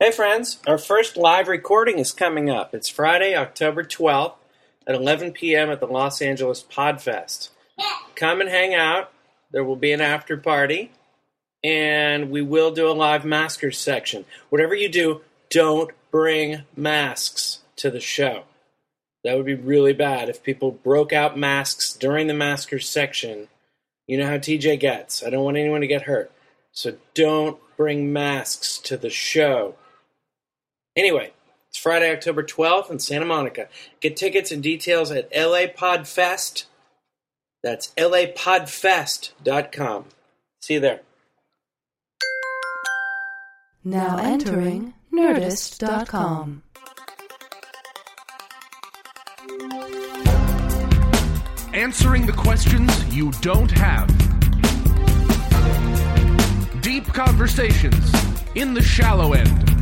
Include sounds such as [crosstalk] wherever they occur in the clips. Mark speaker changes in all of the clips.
Speaker 1: Hey, friends, our first live recording is coming up. It's Friday, October 12th at 11 p.m. at the Los Angeles Podfest. Come and hang out. There will be an after party, and we will do a live maskers section. Whatever you do, don't bring masks to the show. That would be really bad if people broke out masks during the maskers section. You know how TJ gets. I don't want anyone to get hurt. So don't bring masks to the show. Anyway, it's Friday, October 12th in Santa Monica. Get tickets and details at LA Podfest. That's lapodfest.com. See you there.
Speaker 2: Now entering Nerdist.com.
Speaker 3: Answering the questions you don't have. Deep conversations in the shallow end.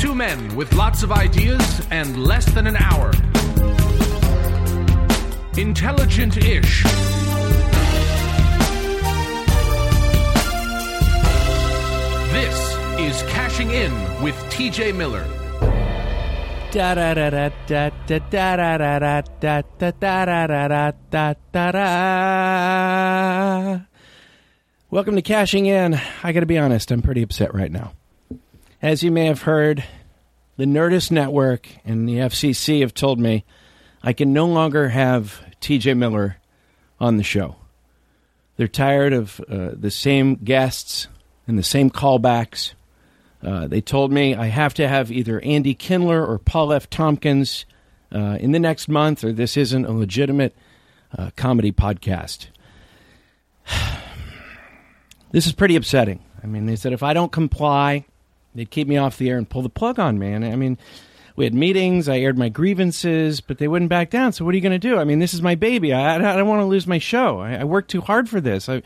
Speaker 3: Two men with lots of ideas and less than an hour. Intelligent ish. This is Cashing In with TJ Miller.
Speaker 4: da da da da da da da da da da da da da da da da da da Welcome to Cashing In. I gotta be honest, I'm pretty upset right now. As you may have heard, the Nerdist Network and the FCC have told me I can no longer have TJ Miller on the show. They're tired of uh, the same guests and the same callbacks. Uh, they told me I have to have either Andy Kindler or Paul F. Tompkins uh, in the next month, or this isn't a legitimate uh, comedy podcast. [sighs] this is pretty upsetting. I mean, they said if I don't comply, they'd keep me off the air and pull the plug on me. And I mean, we had meetings, I aired my grievances, but they wouldn't back down. So what are you going to do? I mean, this is my baby. I, I don't want to lose my show. I, I worked too hard for this. I,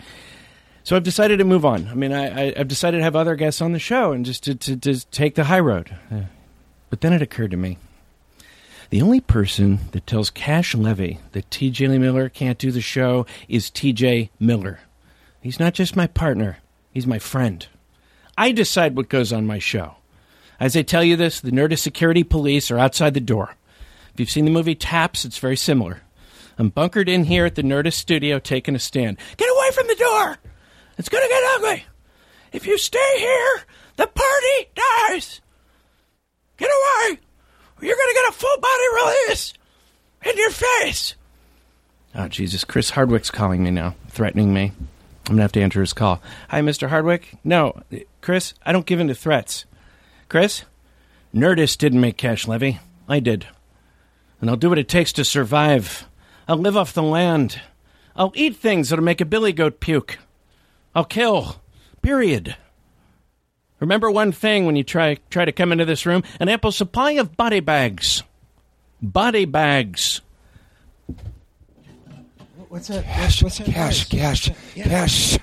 Speaker 4: so I've decided to move on. I mean, I, I, I've decided to have other guests on the show and just to, to, to take the high road. Uh, But then it occurred to me the only person that tells Cash Levy that TJ Miller can't do the show is TJ Miller. He's not just my partner, he's my friend. I decide what goes on my show. As I tell you this, the Nerdist security police are outside the door. If you've seen the movie Taps, it's very similar. I'm bunkered in here at the Nerdist studio taking a stand. Get away from the door! It's gonna get ugly! If you stay here, the party dies! Get away! Or you're gonna get a full body release! In your face! Oh, Jesus. Chris Hardwick's calling me now, threatening me. I'm gonna have to answer his call. Hi, Mr. Hardwick. No, Chris, I don't give in to threats. Chris? Nerdist didn't make cash levy. I did. And I'll do what it takes to survive. I'll live off the land. I'll eat things that'll make a billy goat puke. I'll kill. Period. Remember one thing when you try try to come into this room: an ample supply of body bags. Body bags.
Speaker 5: What's that?
Speaker 6: Cash,
Speaker 5: What's that
Speaker 6: cash,
Speaker 5: noise?
Speaker 6: cash, cash.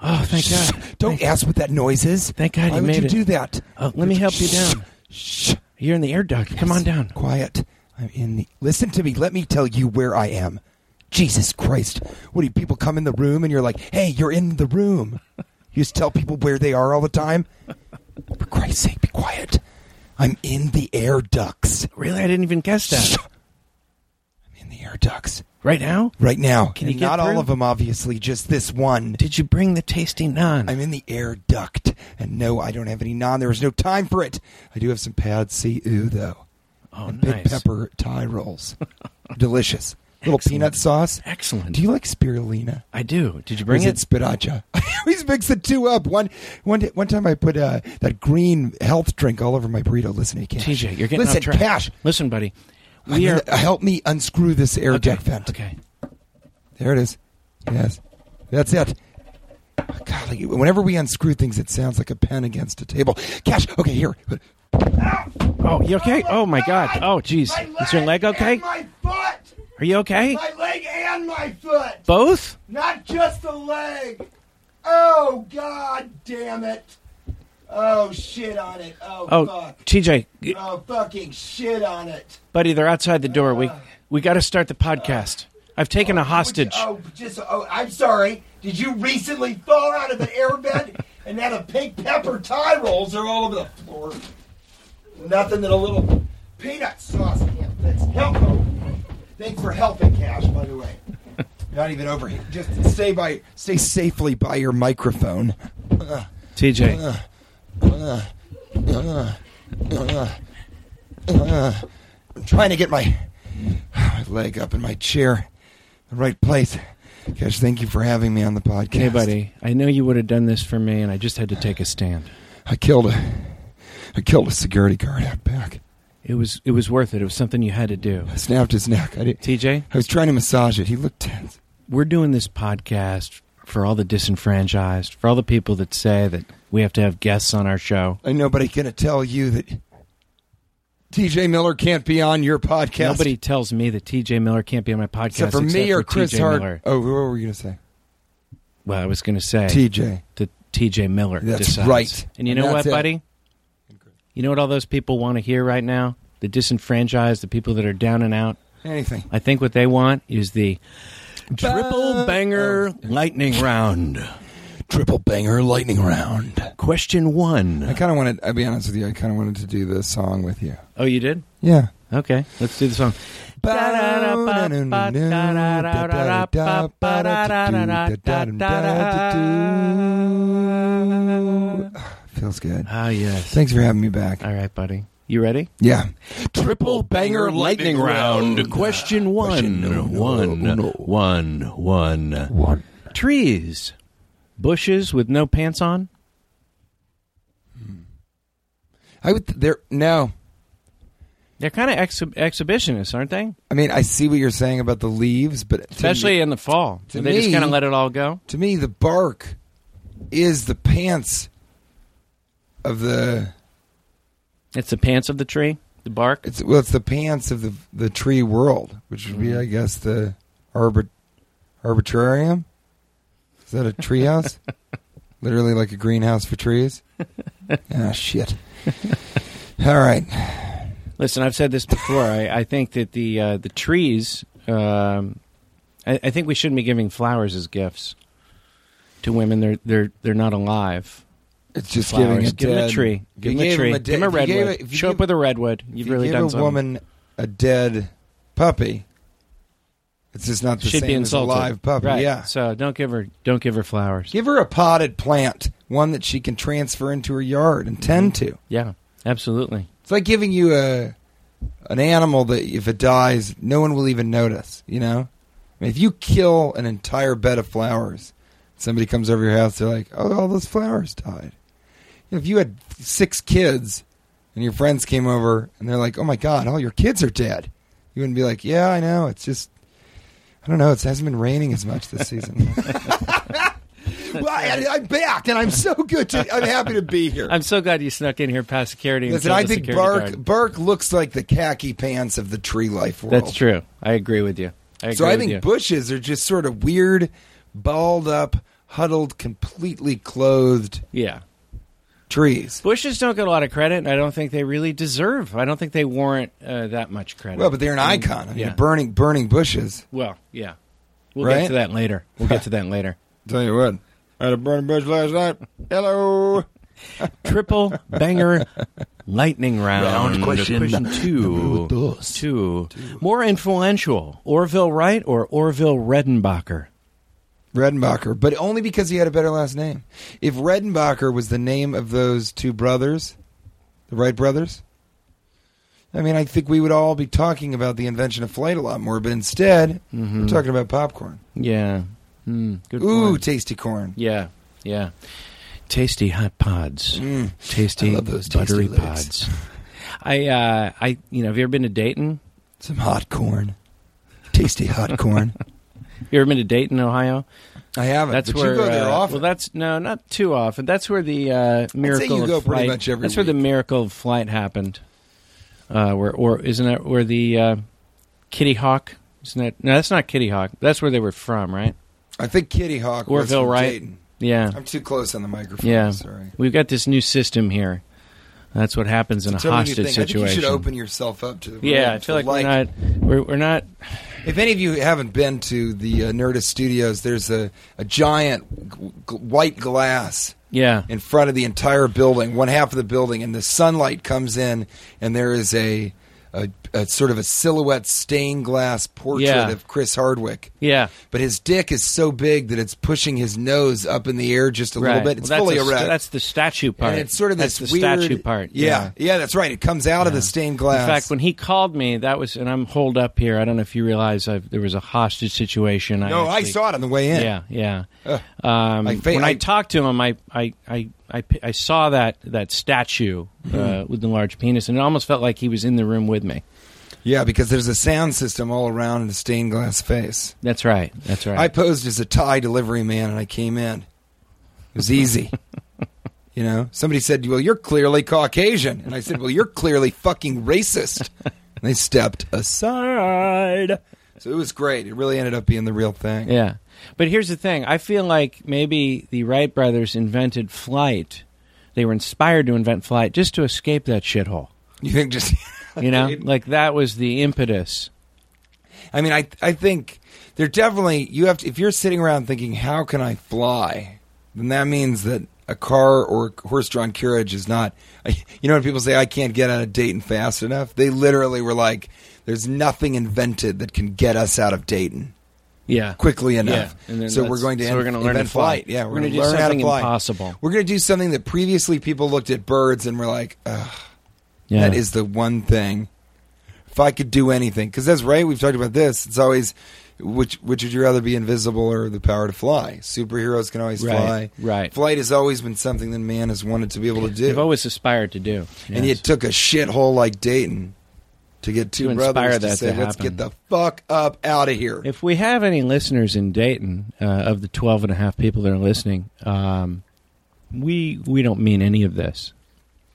Speaker 4: Oh, thank
Speaker 6: Shh.
Speaker 4: God!
Speaker 6: Don't
Speaker 4: Thank-
Speaker 6: ask what that noise is.
Speaker 4: Thank God
Speaker 6: Why
Speaker 4: you
Speaker 6: would
Speaker 4: made
Speaker 6: you
Speaker 4: it.
Speaker 6: do that?
Speaker 4: Uh, let me help you down.
Speaker 6: Shh.
Speaker 4: You're in the air duct. Come on down.
Speaker 6: Quiet. I'm in the. Listen to me. Let me tell you where I am. Jesus Christ. What do you- people come in the room and you're like, hey, you're in the room? You just tell people where they are all the time? For Christ's sake, be quiet. I'm in the air ducts.
Speaker 4: Really, I didn't even guess
Speaker 6: Shh.
Speaker 4: that.
Speaker 6: I'm in the air ducts
Speaker 4: Right now,
Speaker 6: right now.
Speaker 4: Can you
Speaker 6: And
Speaker 4: get
Speaker 6: not
Speaker 4: through?
Speaker 6: all of them, obviously, just this one.
Speaker 4: did you bring the tasty naan?
Speaker 6: I'm in the air duct, and no, I don't have any non. There was no time for it. I do have some pad see ew though,
Speaker 4: oh,
Speaker 6: and
Speaker 4: nice.
Speaker 6: big pepper Thai rolls, [laughs] delicious. Little
Speaker 4: Excellent.
Speaker 6: peanut sauce.
Speaker 4: Excellent.
Speaker 6: Do you like spirulina?
Speaker 4: I do. Did you bring
Speaker 6: or
Speaker 4: it?
Speaker 6: is it spiracha? [laughs] I always mix the two up. One, one, one time I put uh, that green health drink all over my burrito. Listen to Cash.
Speaker 4: TJ, you're getting
Speaker 6: Listen,
Speaker 4: off track.
Speaker 6: Cash.
Speaker 4: Listen, buddy.
Speaker 6: I'm
Speaker 4: We
Speaker 6: in
Speaker 4: are.
Speaker 6: the- help me unscrew this air duct vent.
Speaker 4: okay.
Speaker 6: There it is. Yes. That's it. Oh, Golly, whenever we unscrew things, it sounds like a pen against a table. Cash, okay, here.
Speaker 4: Oh, you okay? Oh my God. Oh, jeez. Is your leg okay?
Speaker 5: My foot,
Speaker 4: Are you okay?
Speaker 5: my leg, and my foot,
Speaker 4: Both?
Speaker 5: not just the leg. Oh God, damn it! Oh shit on it! Oh,
Speaker 4: Oh,
Speaker 5: fuck!
Speaker 4: TJ, g-
Speaker 5: Oh fucking shit on it!
Speaker 4: buddy, they're outside the door. We we got to start the podcast. I've taken a hostage. [laughs]
Speaker 5: Oh, just oh, I'm sorry. Did you recently fall out of an air vent? and now the pink pepper tie rolls are all over the floor. Nothing than a little peanut sauce can't fix. Help! Thanks for helping, Cash. By the way, not even over here. Just stay by.
Speaker 6: Stay safely by your microphone.
Speaker 4: TJ.
Speaker 6: Uh, I'm trying to get my, my leg up in my chair, the right place. Gosh, thank you for having me on the podcast.
Speaker 4: Hey, buddy. I know you would have done this for me, and I just had to take a stand.
Speaker 6: I killed a, I killed a security guard out back.
Speaker 4: It was it was worth it. It was something you had to do.
Speaker 6: I snapped his neck. I did.
Speaker 4: TJ,
Speaker 6: I was trying to massage it. He looked tense.
Speaker 4: we're doing this podcast for all the disenfranchised, for all the people that say that we have to have guests on our show.
Speaker 6: Ain't nobody gonna tell you that TJ Miller can't be on your podcast.
Speaker 4: Nobody tells me that TJ Miller can't be on my podcast
Speaker 6: except for me or
Speaker 4: for
Speaker 6: Chris
Speaker 4: TJ
Speaker 6: Hart.
Speaker 4: Miller.
Speaker 6: Oh, what were you gonna say?
Speaker 4: Well, I was going to say
Speaker 6: TJ.
Speaker 4: that TJ Miller
Speaker 6: That's
Speaker 4: decides.
Speaker 6: right.
Speaker 4: And you
Speaker 6: And
Speaker 4: know what,
Speaker 6: that's it.
Speaker 4: buddy? You know what all those people want to hear right now? The disenfranchised, the people that are down and out.
Speaker 6: Anything.
Speaker 4: I think what they want is the triple banger
Speaker 6: Oh.
Speaker 4: lightning round.
Speaker 6: Triple banger lightning round.
Speaker 4: Question
Speaker 6: I
Speaker 4: one.
Speaker 6: kind of wanted. I'll be honest with you. I kind of wanted to do the song with you.
Speaker 4: Oh, you did?
Speaker 6: Yeah.
Speaker 4: Okay, let's do the song.
Speaker 6: Feels good.
Speaker 4: Ah, yes.
Speaker 6: Thanks for having me back.
Speaker 4: All right, buddy. You ready?
Speaker 6: Yeah.
Speaker 4: Triple banger lightning round. Question one. One. One. One. One. Trees. Bushes with no pants on?
Speaker 6: I would there no.
Speaker 4: They're kind of ex- exhibitionists, aren't they?
Speaker 6: I mean, I see what you're saying about the leaves, but to
Speaker 4: Especially
Speaker 6: me,
Speaker 4: in the fall.
Speaker 6: to
Speaker 4: they just
Speaker 6: me-
Speaker 4: kind of let it all go.
Speaker 6: to me, the bark is the pants of the.
Speaker 4: It's the pants of the tree, the bark.
Speaker 6: It's well, it's the pants of the the tree world, which would
Speaker 4: Mm-hmm.
Speaker 6: be, I guess, the arbit, arbitrarium. Is that
Speaker 4: [laughs]
Speaker 6: a treehouse? Literally like a greenhouse for trees. ah, shit. All right.
Speaker 4: Listen, I've said this before. I, I think that the uh, the trees. Um, I, I think we shouldn't be giving flowers as gifts to women. They're they're they're not alive.
Speaker 6: It's just
Speaker 4: Flowers.
Speaker 6: giving a
Speaker 4: give them a
Speaker 6: dead-
Speaker 4: tree.
Speaker 6: if
Speaker 4: Give
Speaker 6: you
Speaker 4: them a
Speaker 6: gave
Speaker 4: tree.
Speaker 6: a
Speaker 4: give
Speaker 6: dead-
Speaker 4: them a
Speaker 6: if you gave
Speaker 4: redwood.
Speaker 6: a- if you
Speaker 4: Show up
Speaker 6: give-
Speaker 4: with a redwood.
Speaker 6: if
Speaker 4: You've
Speaker 6: you
Speaker 4: really
Speaker 6: give
Speaker 4: done
Speaker 6: a
Speaker 4: something.
Speaker 6: woman a dead puppy. It's just not the
Speaker 4: Should
Speaker 6: same
Speaker 4: be insulted.
Speaker 6: as a live puppy.
Speaker 4: Right.
Speaker 6: Yeah.
Speaker 4: So don't give her don't give her flowers.
Speaker 6: Give her a potted plant, one that she can transfer into her yard and tend
Speaker 4: Mm-hmm.
Speaker 6: to.
Speaker 4: Yeah. Absolutely.
Speaker 6: It's like giving you a an animal that if it dies, no one will even notice. You know, I mean, if you kill an entire bed of flowers, somebody comes over your house, they're like, "Oh, all those flowers died." If you had six kids and your friends came over and they're like, "Oh my God, all your kids are dead," you wouldn't be like, "Yeah, I know. It's just." I don't know. It hasn't been raining as much this season. well, I, I'm back, and I'm so good. To, I'm happy to be here.
Speaker 4: I'm so glad you snuck in here past security. And
Speaker 6: Listen,
Speaker 4: killed
Speaker 6: I
Speaker 4: the
Speaker 6: think
Speaker 4: security
Speaker 6: bark
Speaker 4: guard.
Speaker 6: bark looks like the khaki pants of the tree life world.
Speaker 4: That's true. I agree with you. I agree
Speaker 6: So I
Speaker 4: with
Speaker 6: think
Speaker 4: you.
Speaker 6: bushes are just sort of weird, balled up, huddled, completely clothed
Speaker 4: yeah.
Speaker 6: trees.
Speaker 4: Bushes don't get a lot of credit, and I don't think they really deserve. I don't think they warrant uh, that much credit.
Speaker 6: Well, but they're an
Speaker 4: I mean,
Speaker 6: icon. I mean,
Speaker 4: yeah.
Speaker 6: burning burning bushes.
Speaker 4: Well, yeah. We'll
Speaker 6: Right?
Speaker 4: get to that later. We'll get to that later.
Speaker 6: Tell you what, I had a burning bush last night. Hello.
Speaker 4: Triple banger lightning round.
Speaker 6: question
Speaker 4: two. Two. More influential, Orville Wright or Orville Redenbacher?
Speaker 6: Redenbacher, but only because he had a better last name. If Redenbacher was the name of those two brothers, the Wright brothers, I mean, I think we would all be talking about the invention of flight a lot more, but instead, we're talking about popcorn.
Speaker 4: Yeah. Hmm. good
Speaker 6: Ooh,
Speaker 4: point.
Speaker 6: tasty Mm-hmm. corn.
Speaker 4: Yeah. Yeah. Hmm. Tasty hot pods. Tasty
Speaker 6: I love those tasty
Speaker 4: buttery
Speaker 6: legs.
Speaker 4: pods. [laughs] I uh I you know, have you ever been to Dayton?
Speaker 6: Some hot corn. Tasty hot corn.
Speaker 4: You ever been to Dayton, Ohio?
Speaker 6: [laughs] I haven't.
Speaker 4: That's
Speaker 6: but
Speaker 4: where
Speaker 6: you go there
Speaker 4: uh,
Speaker 6: often.
Speaker 4: Well, that's no, not too often. That's where the uh, miracle
Speaker 6: you
Speaker 4: of
Speaker 6: go
Speaker 4: flight.
Speaker 6: pretty much every
Speaker 4: that's where the
Speaker 6: week.
Speaker 4: miracle of flight happened. Uh, where or isn't that where the uh, Kitty Hawk? Isn't that no? That's not Kitty Hawk. That's where they were from, right?
Speaker 6: I think Kitty Hawk was
Speaker 4: Orville
Speaker 6: from
Speaker 4: Wright.
Speaker 6: Dayton.
Speaker 4: Yeah,
Speaker 6: I'm too close on the microphone.
Speaker 4: yeah.
Speaker 6: Sorry.
Speaker 4: We've got this new system here. That's what happens in a
Speaker 6: Tell me what you
Speaker 4: hostage
Speaker 6: think.
Speaker 4: situation.
Speaker 6: I think you should open yourself up to the
Speaker 4: yeah,
Speaker 6: room,
Speaker 4: I feel like,
Speaker 6: to
Speaker 4: we're not. We're, we're not.
Speaker 6: If any of you haven't been to the uh, Nerdist Studios, there's a, a giant g- g- white glass
Speaker 4: Yeah.
Speaker 6: in front of the entire building, one half of the building, and the sunlight comes in, and there is a, a, a sort of a silhouette stained glass portrait
Speaker 4: Yeah.
Speaker 6: of Chris Hardwick.
Speaker 4: Yeah.
Speaker 6: But his dick is so big that it's pushing his nose up in the air just a
Speaker 4: Right.
Speaker 6: little bit. It's
Speaker 4: Well,
Speaker 6: fully
Speaker 4: that's a st-
Speaker 6: erect.
Speaker 4: that's the statue part.
Speaker 6: and it's sort of
Speaker 4: that's
Speaker 6: this
Speaker 4: the
Speaker 6: weird
Speaker 4: statue part.
Speaker 6: Yeah, yeah, that's right. It comes out of the stained glass.
Speaker 4: In fact, when he called me, that was, and I'm holed up here. I don't know if you realize I've, there was a hostage situation.
Speaker 6: no, I
Speaker 4: actually-
Speaker 6: saw it on the way in.
Speaker 4: Yeah, yeah.
Speaker 6: Ugh.
Speaker 4: Um,
Speaker 6: I fa-
Speaker 4: when I,
Speaker 6: I-
Speaker 4: talked to him, I, I, I, I, pi- I saw that that statue uh,
Speaker 6: Hmm.
Speaker 4: with the large penis, and it almost felt like he was in the room with me.
Speaker 6: yeah, because there's a sound system all around the stained glass face.
Speaker 4: That's right. That's right.
Speaker 6: I posed as a Thai delivery man and I came in. It was
Speaker 4: [laughs]
Speaker 6: easy. you know, somebody said, Well, you're clearly Caucasian. And I said, Well, you're clearly fucking racist. And they stepped aside. So it was great. It really ended up being the real thing.
Speaker 4: yeah. But here's the thing: I feel like maybe the Wright brothers invented flight. They were inspired to invent flight just to escape that shithole.
Speaker 6: You think just. [laughs]
Speaker 4: You know, like that was the impetus.
Speaker 6: I mean, I, I think they're definitely. You have to. If you're sitting around thinking, How can I fly? Then that means that a car or horse drawn carriage is not. You know, when people say, I can't get out of Dayton fast enough, they literally were like, there's nothing invented that can get us out of Dayton
Speaker 4: Yeah.
Speaker 6: quickly enough.
Speaker 4: Yeah, and then
Speaker 6: so
Speaker 4: that's-
Speaker 6: we're going to
Speaker 4: so
Speaker 6: in-
Speaker 4: we're gonna learn to
Speaker 6: invent
Speaker 4: fly.
Speaker 6: flight. Yeah,
Speaker 4: We're
Speaker 6: we're,
Speaker 4: gonna
Speaker 6: going to
Speaker 4: do
Speaker 6: learn how to
Speaker 4: something
Speaker 6: fly.
Speaker 4: impossible.
Speaker 6: We're going to do something that previously people looked at birds and were like, Ugh,
Speaker 4: Yeah.
Speaker 6: that is the one thing. If I could do anything, because that's right. We've talked about this. It's always which which would you rather be invisible or the power to fly? Superheroes can always
Speaker 4: Right,
Speaker 6: fly.
Speaker 4: right.
Speaker 6: Flight has always been something that man has wanted to be able to do.
Speaker 4: They've always aspired to do.
Speaker 6: And
Speaker 4: Yes.
Speaker 6: it took a shithole like Dayton to get two
Speaker 4: To inspire
Speaker 6: brothers to
Speaker 4: that
Speaker 6: say,
Speaker 4: to
Speaker 6: "Let's
Speaker 4: happen."
Speaker 6: get the fuck up out of here."
Speaker 4: If we have any listeners in Dayton, uh, of the 12 and a half people that are listening, um, we we don't mean any of this.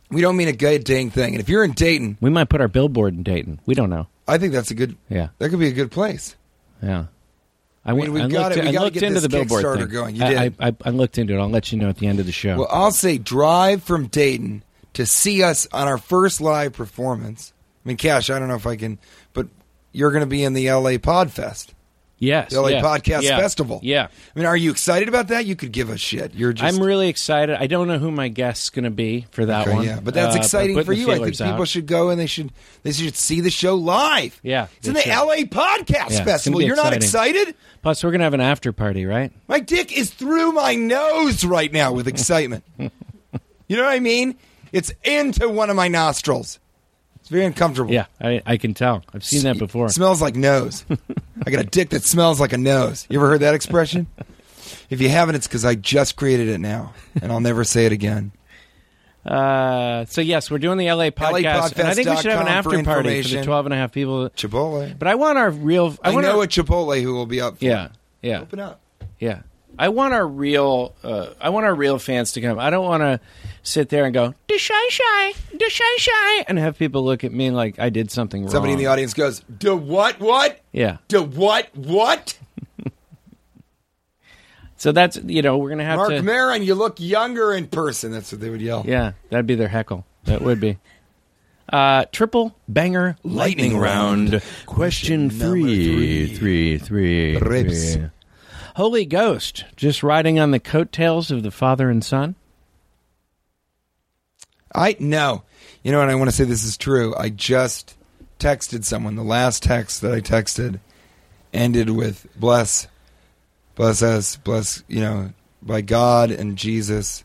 Speaker 6: we don't mean a good dang thing. And if you're in Dayton,
Speaker 4: We might put our billboard in Dayton. We don't know.
Speaker 6: I think that's a good.
Speaker 4: Yeah.
Speaker 6: that could be a good place.
Speaker 4: Yeah. I,
Speaker 6: mean, we've gotta- we
Speaker 4: I
Speaker 6: gotta
Speaker 4: looked
Speaker 6: get
Speaker 4: into
Speaker 6: this
Speaker 4: the billboard
Speaker 6: Kickstarter
Speaker 4: thing.
Speaker 6: going. You
Speaker 4: I,
Speaker 6: did.
Speaker 4: I, I, I looked into it. I'll let you know at the end of the show.
Speaker 6: Well, I'll say drive from Dayton to see us on our first live performance. I mean, Cash, I don't know if I can, but you're going to be in the LA Podfest,
Speaker 4: yes.
Speaker 6: the LA
Speaker 4: yeah,
Speaker 6: Podcast
Speaker 4: yeah,
Speaker 6: Festival.
Speaker 4: Yeah.
Speaker 6: I mean, are you excited about that? You could give a shit. You're just.
Speaker 4: I'm really excited. I don't know who my guest's going to be for that
Speaker 6: Okay,
Speaker 4: one.
Speaker 6: Yeah, but that's
Speaker 4: Uh,
Speaker 6: exciting
Speaker 4: putting
Speaker 6: for
Speaker 4: the
Speaker 6: you. I think
Speaker 4: feelers
Speaker 6: people
Speaker 4: out.
Speaker 6: should go and they should they should see the show live.
Speaker 4: Yeah,
Speaker 6: it's in
Speaker 4: they
Speaker 6: the
Speaker 4: should.
Speaker 6: LA Podcast
Speaker 4: Yeah, it's
Speaker 6: Festival.
Speaker 4: gonna be
Speaker 6: You're not
Speaker 4: exciting.
Speaker 6: excited?
Speaker 4: Plus, we're going to have an after party, right?
Speaker 6: My dick is through my nose right now with excitement.
Speaker 4: [laughs]
Speaker 6: you know what I mean? It's into one of my nostrils. It's very uncomfortable.
Speaker 4: Yeah, I, I can tell. I've seen that before.
Speaker 6: It smells
Speaker 4: [laughs]
Speaker 6: like nose. I got a dick that smells like a nose. You ever heard that expression? if you haven't, it's because I just created it now, and I'll never say it again.
Speaker 4: Uh, so yes, we're doing the LA podcast, and I think we should have an
Speaker 6: LApodcast.com for
Speaker 4: after party for the
Speaker 6: information.
Speaker 4: 12 and a half people.
Speaker 6: Chipotle.
Speaker 4: But I want our real. I,
Speaker 6: I,
Speaker 4: want
Speaker 6: know
Speaker 4: our,
Speaker 6: a Chipotle who will be up. For
Speaker 4: Yeah,
Speaker 6: it.
Speaker 4: yeah,
Speaker 6: Open up.
Speaker 4: yeah. I want our real. Uh, I want our real fans to come. I don't want to sit there and go da shy shy da shy shy and have people look at me like I did something wrong.
Speaker 6: Somebody in the audience goes, "Do what? What?
Speaker 4: Yeah.
Speaker 6: Do what? What?"
Speaker 4: So that's you know we're gonna have
Speaker 6: Mark
Speaker 4: to.
Speaker 6: Maron, you look younger in person. That's what they would yell.
Speaker 4: yeah, that'd be their heckle. That would be. Uh, triple banger lightning, round. Question three, three, three,
Speaker 6: Rips.
Speaker 4: three. Holy Ghost, just riding on the coattails of the father and son.
Speaker 6: I no. You know, and I want to say this is true. I just texted someone. The last text that I texted ended with "bless, bless us, bless you know by God and Jesus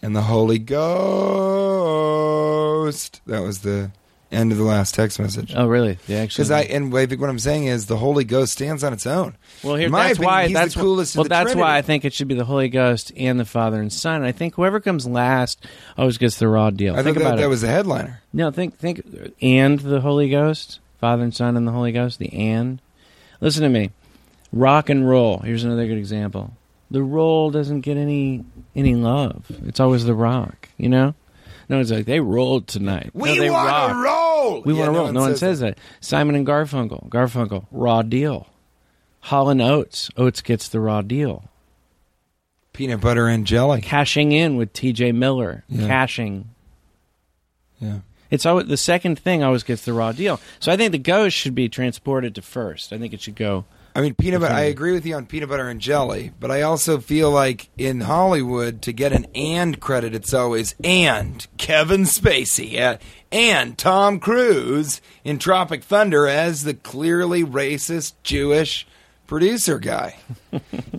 Speaker 6: and the Holy Ghost." That was the end of the last text message.
Speaker 4: Oh, really? They actually.
Speaker 6: Because I and I think what I'm saying is the Holy Ghost stands on its own.
Speaker 4: well, here
Speaker 6: In my
Speaker 4: that's
Speaker 6: opinion,
Speaker 4: why
Speaker 6: he's
Speaker 4: that's
Speaker 6: the coolest.
Speaker 4: Well,
Speaker 6: of the
Speaker 4: that's
Speaker 6: Trinity.
Speaker 4: why I think it should be the Holy Ghost and the Father and Son. And I think whoever comes last always gets the raw deal.
Speaker 6: I think
Speaker 4: think
Speaker 6: that,
Speaker 4: about
Speaker 6: that
Speaker 4: it.
Speaker 6: was the headliner.
Speaker 4: No, think think and the Holy Ghost, Father and Son and the Holy Ghost, the and. Listen to me. Rock and roll. Here's another good example. The roll doesn't get any any love. It's always the rock, you know? No, it's like they rolled tonight.
Speaker 6: We
Speaker 4: no, they
Speaker 6: want
Speaker 4: rock.
Speaker 6: to roll.
Speaker 4: We
Speaker 6: Yeah,
Speaker 4: want to roll. No one says that. Simon and Garfunkel. Garfunkel, raw deal. Holland Oates. Oates gets the raw deal.
Speaker 6: Peanut butter and jelly.
Speaker 4: Cashing in with T.J. Miller.
Speaker 6: Yeah.
Speaker 4: Cashing
Speaker 6: Yeah.
Speaker 4: It's always the second thing always gets the raw deal. So I think the ghost should be transported to first. I think it should go
Speaker 6: I mean, peanut butter. I agree with you on peanut butter and jelly, but I also feel like in Hollywood to get an and credit, it's always and Kevin Spacey uh, and Tom Cruise in Tropic Thunder as the clearly racist Jewish producer guy.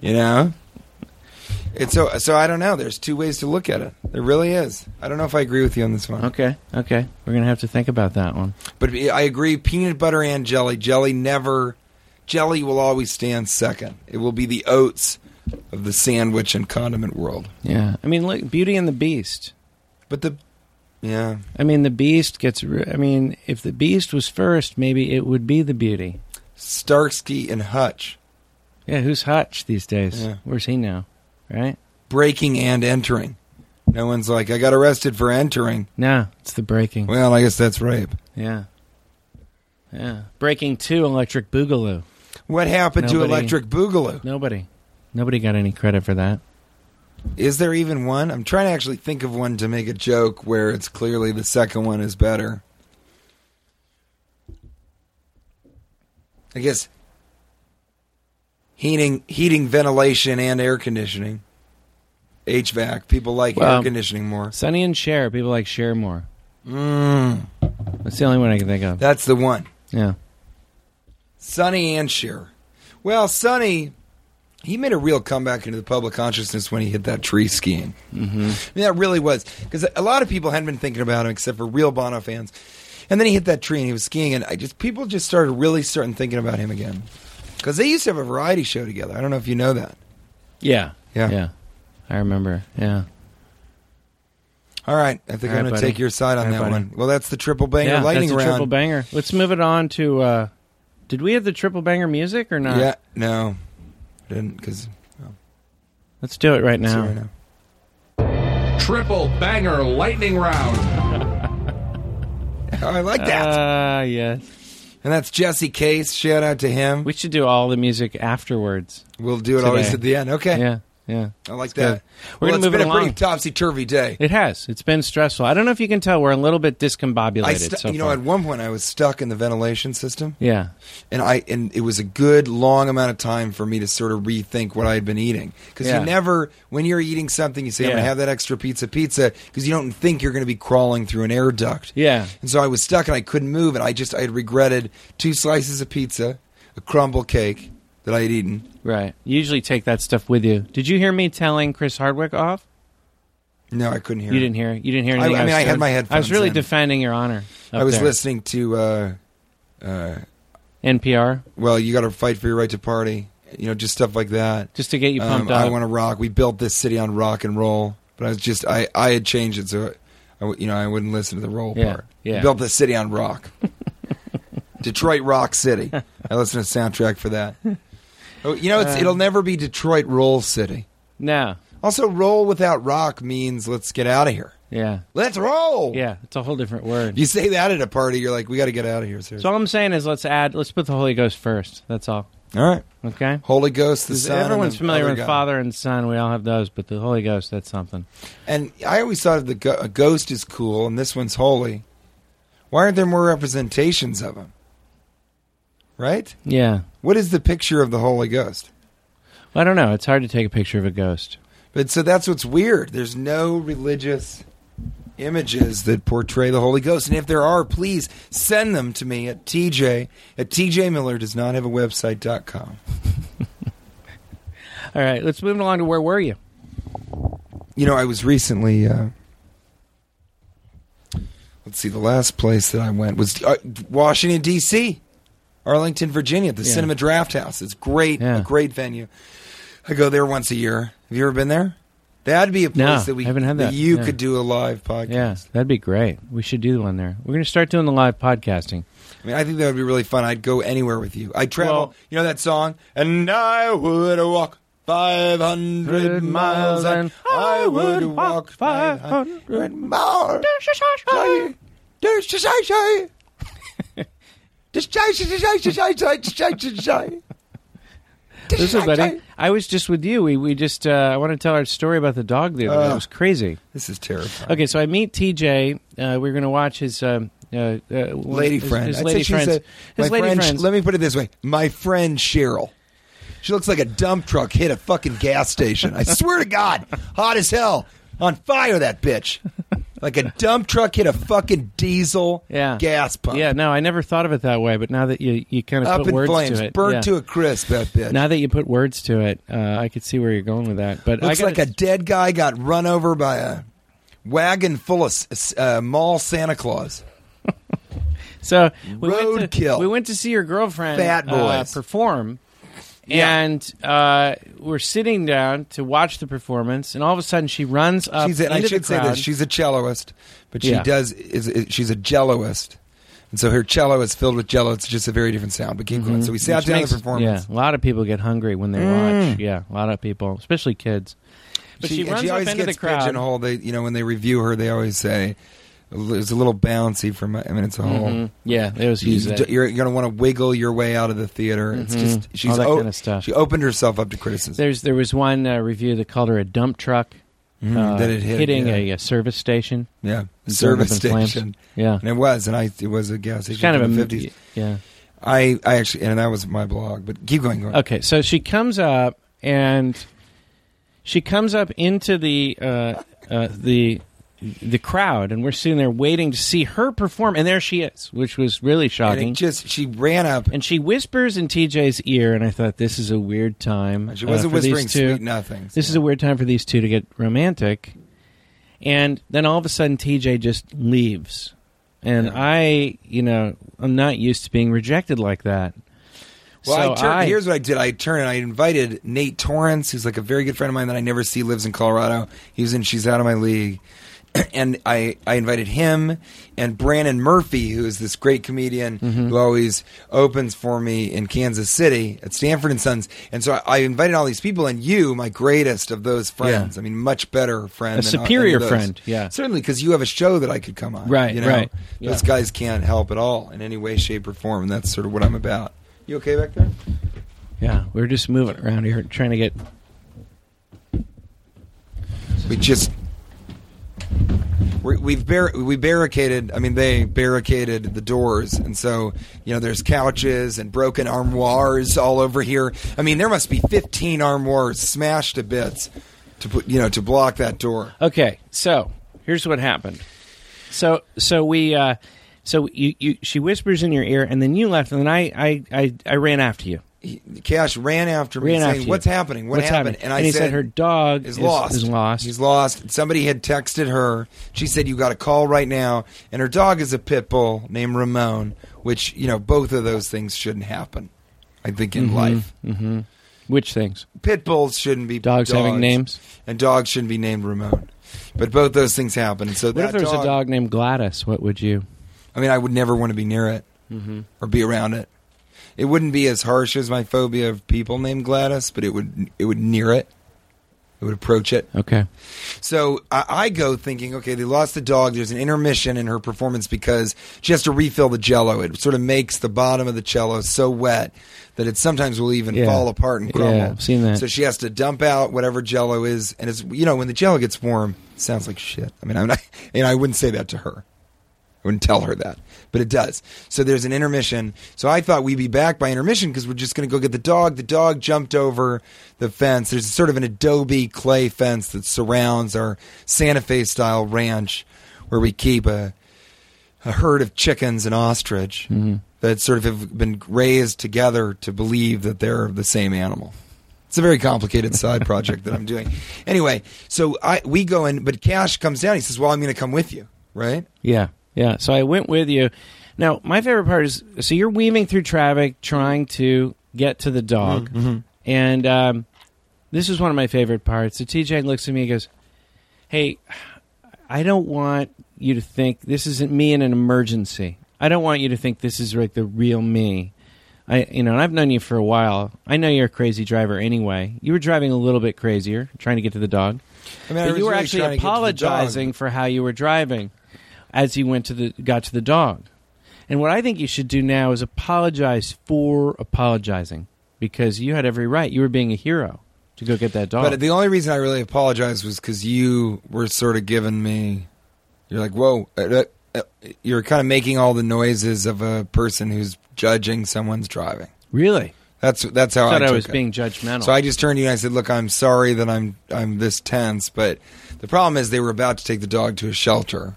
Speaker 6: you know, it's so so. I don't know. There's two ways to look at it. There really is. I don't know if I agree with you on this one.
Speaker 4: Okay, okay. We're gonna have to think about that one.
Speaker 6: But I agree, peanut butter and jelly. Jelly never, jelly will always stand second. It will be the oats of the sandwich and condiment world.
Speaker 4: Yeah, I mean, look, Beauty and the Beast.
Speaker 6: But the, yeah,
Speaker 4: I mean, the Beast gets. Re- I mean, if the Beast was first, maybe it would be the Beauty.
Speaker 6: Starsky and Hutch,
Speaker 4: Yeah, who's Hutch these days?
Speaker 6: Yeah.
Speaker 4: Where's he now? Right?
Speaker 6: breaking and entering. No one's like, I got arrested for entering.
Speaker 4: No, it's the breaking.
Speaker 6: Well, I guess that's rape.
Speaker 4: Yeah, yeah. Breaking two, Electric Boogaloo.
Speaker 6: What happened to
Speaker 4: Nobody-
Speaker 6: Electric Boogaloo?
Speaker 4: Nobody, nobody got any credit for that.
Speaker 6: Is there even one? I'm trying to actually think of one to make a joke where it's clearly the second one is better. I guess heating, heating, ventilation, and air conditioning. HVAC. People like air
Speaker 4: Well-
Speaker 6: conditioning more.
Speaker 4: Sonny and Cher. People like Cher more. Mm. That's the only one I can think of.
Speaker 6: That's the one.
Speaker 4: Yeah.
Speaker 6: Sonny and Cher. Well, Sonny, he made a real comeback into the public consciousness when he hit that tree skiing. Mm-hmm. that really was. Because a lot of people hadn't been thinking about him except for real Bono fans. And then he hit that tree and he was skiing, and I just people just started really starting thinking about him again. Because they used to have a variety show together. I don't know if you know that.
Speaker 4: Yeah.
Speaker 6: Yeah.
Speaker 4: Yeah. I remember. Yeah.
Speaker 6: All right, I think
Speaker 4: All
Speaker 6: I'm
Speaker 4: right,
Speaker 6: going to
Speaker 4: buddy.
Speaker 6: take your side on
Speaker 4: All right,
Speaker 6: that
Speaker 4: buddy.
Speaker 6: one. Well, that's the triple banger
Speaker 4: yeah,
Speaker 6: lightning
Speaker 4: that's a
Speaker 6: round.
Speaker 4: triple banger. Let's move it on to uh did we have the triple banger music or not?
Speaker 6: Yeah, no, didn't because
Speaker 4: Let's do it right now.
Speaker 6: right now.
Speaker 3: Triple banger lightning round.
Speaker 6: Oh, I like that.
Speaker 4: Ah, yes.
Speaker 6: and that's Jesse Case. Shout out to him.
Speaker 4: We should do all the music afterwards.
Speaker 6: We'll do it
Speaker 4: Today.
Speaker 6: always at the end. Okay.
Speaker 4: Yeah. Yeah.
Speaker 6: I like
Speaker 4: good.
Speaker 6: that.
Speaker 4: We're
Speaker 6: well,
Speaker 4: gonna
Speaker 6: it's
Speaker 4: move
Speaker 6: been
Speaker 4: it
Speaker 6: a pretty
Speaker 4: along.
Speaker 6: topsy turvy day.
Speaker 4: It has. It's been stressful. I don't know if you can tell we're a little bit discombobulated
Speaker 6: I stu-
Speaker 4: so
Speaker 6: you know,
Speaker 4: far.
Speaker 6: at one point I was stuck in the ventilation system,
Speaker 4: yeah.
Speaker 6: and I and it was a good long amount of time for me to sort of rethink what I had been eating because
Speaker 4: Yeah.
Speaker 6: you never, when you're eating something, you say I'm
Speaker 4: Yeah.
Speaker 6: gonna have that extra pizza pizza because you don't think you're gonna be crawling through an air duct.
Speaker 4: Yeah.
Speaker 6: And so I was stuck and I couldn't move, and I just I had regretted two slices of pizza, a crumble cake that I had eaten.
Speaker 4: Right. You usually take that stuff with you. Did you hear me telling Chris Hardwick off?
Speaker 6: No, I couldn't hear.
Speaker 4: You
Speaker 6: it.
Speaker 4: didn't hear. You didn't hear
Speaker 6: I-
Speaker 4: anything.
Speaker 6: I mean, I had my
Speaker 4: I was
Speaker 6: headphones
Speaker 4: really
Speaker 6: in.
Speaker 4: defending your honor. up
Speaker 6: I was
Speaker 4: there.
Speaker 6: listening to. uh
Speaker 4: NPR
Speaker 6: well, you got to fight for your right to party. You know, just stuff like that.
Speaker 4: just to get you
Speaker 6: Um,
Speaker 4: pumped up.
Speaker 6: I want to rock. We built this city on rock and roll, but I was just I I had changed it so I w you know I wouldn't listen to the roll
Speaker 4: Yeah,
Speaker 6: part.
Speaker 4: yeah.
Speaker 6: We built this city
Speaker 4: [laughs]
Speaker 6: on rock. Detroit Rock City. I listened to soundtrack for that. Oh, you know,
Speaker 4: Uh,
Speaker 6: it's, it'll never be Detroit Roll City.
Speaker 4: No.
Speaker 6: Also, roll without rock means let's get out of here.
Speaker 4: Yeah.
Speaker 6: Let's roll.
Speaker 4: Yeah. It's a whole different word.
Speaker 6: You say that at a party, you're like, we got to get out of here. Seriously.
Speaker 4: so all I'm saying is let's add, let's put the Holy Ghost first. That's all.
Speaker 6: All right.
Speaker 4: Okay.
Speaker 6: Holy Ghost, the Son. and
Speaker 4: Everyone's
Speaker 6: the
Speaker 4: familiar
Speaker 6: other
Speaker 4: with
Speaker 6: God.
Speaker 4: Father and Son. We all have those, but the Holy Ghost, that's something.
Speaker 6: And I always thought of the go- a ghost is cool, and this one's holy. Why aren't there more representations of him? Right?
Speaker 4: Yeah.
Speaker 6: What is the picture of the Holy Ghost?
Speaker 4: I don't know. It's hard to take a picture of a ghost.
Speaker 6: But so that's what's weird. There's no religious images that portray the Holy Ghost. And if there are, please send them to me at TJ at TJ Miller does not have a website.com.
Speaker 4: All right. Let's move along to where were you?
Speaker 6: You know, I was recently. Uh, let's see, the last place that I went was uh, Washington D.C., Arlington, Virginia, at the
Speaker 4: Yeah.
Speaker 6: Cinema Draft House. It's great,
Speaker 4: Yeah.
Speaker 6: a great venue. I go there once a year. Have you ever been there? That'd be a place
Speaker 4: No,
Speaker 6: that we
Speaker 4: haven't had that.
Speaker 6: you
Speaker 4: Yeah.
Speaker 6: could do a live podcast.
Speaker 4: Yeah. That'd be great. We should do one there. We're going to start doing the live podcasting.
Speaker 6: I mean, I think that would be really fun. I'd go anywhere with you. I'd travel.
Speaker 4: Well-
Speaker 6: you know that song? And I would walk 500 miles. And I would walk 500 miles.
Speaker 4: [laughs] Listen, buddy, I was just with you. We, we just, uh, I want to tell our story about the dog the
Speaker 6: Uh.
Speaker 4: other day. It was crazy.
Speaker 6: This is terrifying.
Speaker 4: Okay, so I meet TJ. Uh, we're going to watch his um, uh, uh,
Speaker 6: Lady
Speaker 4: his,
Speaker 6: friend.
Speaker 4: His
Speaker 6: I'd
Speaker 4: lady
Speaker 6: say she's
Speaker 4: friends.
Speaker 6: a-
Speaker 4: his
Speaker 6: my
Speaker 4: lady
Speaker 6: friend,
Speaker 4: friends.
Speaker 6: Let me put it this way. My friend Cheryl. She looks like a dump truck hit a fucking gas station. I swear to God, hot as hell, on fire that bitch, like a dump truck hit a fucking diesel
Speaker 4: Yeah.
Speaker 6: gas pump.
Speaker 4: Yeah, no, I never thought of it that way, but now that you, you kind of
Speaker 6: up
Speaker 4: put
Speaker 6: in
Speaker 4: words
Speaker 6: flames,
Speaker 4: to it.
Speaker 6: burnt
Speaker 4: yeah.
Speaker 6: to a crisp. That bitch.
Speaker 4: Now that you put words to it, uh, I could see where you're going with that. But
Speaker 6: Looks
Speaker 4: I
Speaker 6: like
Speaker 4: gotta,
Speaker 6: a dead guy got run over by a wagon full of s- uh, mall Santa Claus.
Speaker 4: So we went, to,
Speaker 6: Roadkill.
Speaker 4: we went to see your girlfriend
Speaker 6: Fat
Speaker 4: uh,
Speaker 6: boys.
Speaker 4: perform, and uh, we're sitting down to watch the performance, and all of a sudden she runs up
Speaker 6: She's a,
Speaker 4: into
Speaker 6: I
Speaker 4: the
Speaker 6: should say
Speaker 4: crowd.
Speaker 6: this. She's a celloist, but she
Speaker 4: Yeah.
Speaker 6: does is, is she's a jelloist, and so her cello is filled with jello. It's just a very different sound. But keep going. So we sat
Speaker 4: Mm-hmm. Which
Speaker 6: down
Speaker 4: makes-
Speaker 6: the performance. Mm.
Speaker 4: Yeah, a lot of people get hungry when they watch. Yeah, a lot of people, especially kids. But she,
Speaker 6: and
Speaker 4: runs up
Speaker 6: always
Speaker 4: into
Speaker 6: gets
Speaker 4: the crowd.
Speaker 6: pigeonholed. They, you know, when they review her, they always say it's a little bouncy from. I mean, it's a whole.
Speaker 4: Mm-hmm. Yeah, it was used.
Speaker 6: You, are going to want to wiggle your way out of the theater. It's just she's
Speaker 4: Mm-hmm. All that
Speaker 6: o-
Speaker 4: kinda stuff.
Speaker 6: She opened herself up to criticism.
Speaker 4: There's there was one uh, review that called her a dump truck uh,
Speaker 6: Mm, that it hit,
Speaker 4: hitting
Speaker 6: yeah.
Speaker 4: a, a service station.
Speaker 6: Yeah,
Speaker 4: and going up
Speaker 6: service
Speaker 4: in flames.
Speaker 6: station.
Speaker 4: Yeah,
Speaker 6: And it was, and I it was a gas
Speaker 4: it's
Speaker 6: station
Speaker 4: kind of a
Speaker 6: in the
Speaker 4: movie.
Speaker 6: fifties.
Speaker 4: Yeah.
Speaker 6: I I actually and that was my blog. But keep going. go on.
Speaker 4: Okay, so she comes up and she comes up into the uh, uh, the the crowd, and we're sitting there waiting to see her perform, and there she is, which was really
Speaker 6: And
Speaker 4: shocking.
Speaker 6: it just she ran up.
Speaker 4: Oh, And she whispers in TJ's ear, and I thought this is a weird time.
Speaker 6: She
Speaker 4: uh,
Speaker 6: wasn't
Speaker 4: for these
Speaker 6: whispering
Speaker 4: two.
Speaker 6: sweet nothings.
Speaker 4: This is a weird time for these two to get romantic. And then all of a sudden, TJ just leaves, and
Speaker 6: Yeah.
Speaker 4: I, you know, I'm not used to being rejected like that.
Speaker 6: Well,
Speaker 4: so
Speaker 6: I turned,
Speaker 4: I-
Speaker 6: here's what I did. I turned and I invited Nate Torrance, who's like a very good friend of mine that I never see, lives in Colorado. He was in She's Out of My League. [clears throat] And I, I invited him and Brandon Murphy, who is this great comedian
Speaker 4: Mm-hmm.
Speaker 6: who always opens for me in Kansas City at Stanford and Sons. And so I, I invited all these people, and you, my greatest of those friends. I mean, much better friend,
Speaker 4: A
Speaker 6: than any of
Speaker 4: superior
Speaker 6: those.
Speaker 4: friend, yeah.
Speaker 6: certainly because you have a show that I could come on.
Speaker 4: Right,
Speaker 6: you know?
Speaker 4: right,
Speaker 6: Those
Speaker 4: yeah.
Speaker 6: guys can't help at all in any way, shape, or form, and that's sort of what I'm about. You okay back there?
Speaker 4: Yeah, we're just moving around here, trying to get
Speaker 6: We just we- we've bar- we barricaded. I mean, they barricaded the doors, and so you know, there's couches and broken armoires all over here. I mean, there must be 15 armoires smashed to bits to put you know to block that door.
Speaker 4: Okay, so here's what happened. So so we uh, so you, you she whispers in your ear, and then you left, and then I I I, I ran after you.
Speaker 6: He- Cash ran after me,
Speaker 4: Ran
Speaker 6: saying,
Speaker 4: after you.
Speaker 6: "What's happening? What
Speaker 4: What's
Speaker 6: happened?"
Speaker 4: happening? And he said, "Her dog is-
Speaker 6: lost.
Speaker 4: is lost."
Speaker 6: He's lost." Somebody had texted her. She said, "You got to call right now." And her dog is a pit bull named Ramon, which you know both of those things shouldn't happen. I think
Speaker 4: Mm-hmm.
Speaker 6: in life,
Speaker 4: Which things?
Speaker 6: pit bulls shouldn't be
Speaker 4: Dogs having names?
Speaker 6: and dogs shouldn't be named Ramon. But both those things happen, and so
Speaker 4: What if there was a dog named Gladys? What would you?
Speaker 6: I mean, I would never want to be near it
Speaker 4: Mm-hmm.
Speaker 6: or be around it. It wouldn't be as harsh as my phobia of people named Gladys, but it would it would near it. It would approach it.
Speaker 4: Okay,
Speaker 6: So I, I go thinking, okay, they lost the dog. There's an intermission in her performance because she has to refill the jello. It sort of makes the bottom of the cello so wet that it sometimes will even
Speaker 4: Yeah.
Speaker 6: fall apart and
Speaker 4: Yeah,
Speaker 6: crumble.
Speaker 4: I've seen that.
Speaker 6: So she has to dump out whatever jello is, and it's you know when the jello gets warm, it sounds like shit. I mean, I'm not, [laughs] and I wouldn't say that to her. I wouldn't [laughs] tell her that, but it does. So there's an intermission. So I thought we'd be back by intermission because we're just going to go get the dog. The dog jumped over the fence. There's sort of an adobe clay fence that surrounds our Santa Fe style ranch where we keep a, a herd of chickens and ostrich that sort of have been raised together to believe that they're the same animal. It's a very complicated side project that I'm doing. Anyway, so I we go in, but Cash comes down. He says, "Well, I'm going to come with you, right?"
Speaker 4: yeah, yeah. So I went with you. Now my favorite part is so you're weaving through traffic trying to get to the dog,
Speaker 6: Mm-hmm.
Speaker 4: and um, this is one of my favorite parts. So TJ looks at me and goes, "Hey, I don't want you to think this isn't me in an emergency. I don't want you to think this is like the real me. I, you know, and I've known you for a while. I know you're a crazy driver anyway. You were driving a little bit crazier, trying to get to the dog.
Speaker 6: I mean, I
Speaker 4: but
Speaker 6: was
Speaker 4: you were
Speaker 6: really trying
Speaker 4: actually
Speaker 6: to get to the dog.
Speaker 4: apologizing for how you were driving as you went to the got to the dog. And what I think you should do now is apologize for apologizing because you had every right. You were being a hero to go get that dog.
Speaker 6: But the only reason I really apologized was because you were sort of giving me. You're like, whoa. Uh, uh, uh," you're kind of making all the noises of a person who's judging someone's driving.
Speaker 4: really?
Speaker 6: That's that's how
Speaker 4: I thought I,
Speaker 6: took
Speaker 4: was
Speaker 6: it.
Speaker 4: being judgmental.
Speaker 6: Oh, So I just turned to you and I said, "Look, I'm sorry that I'm I'm this tense, but the problem is they were about to take the dog to a shelter,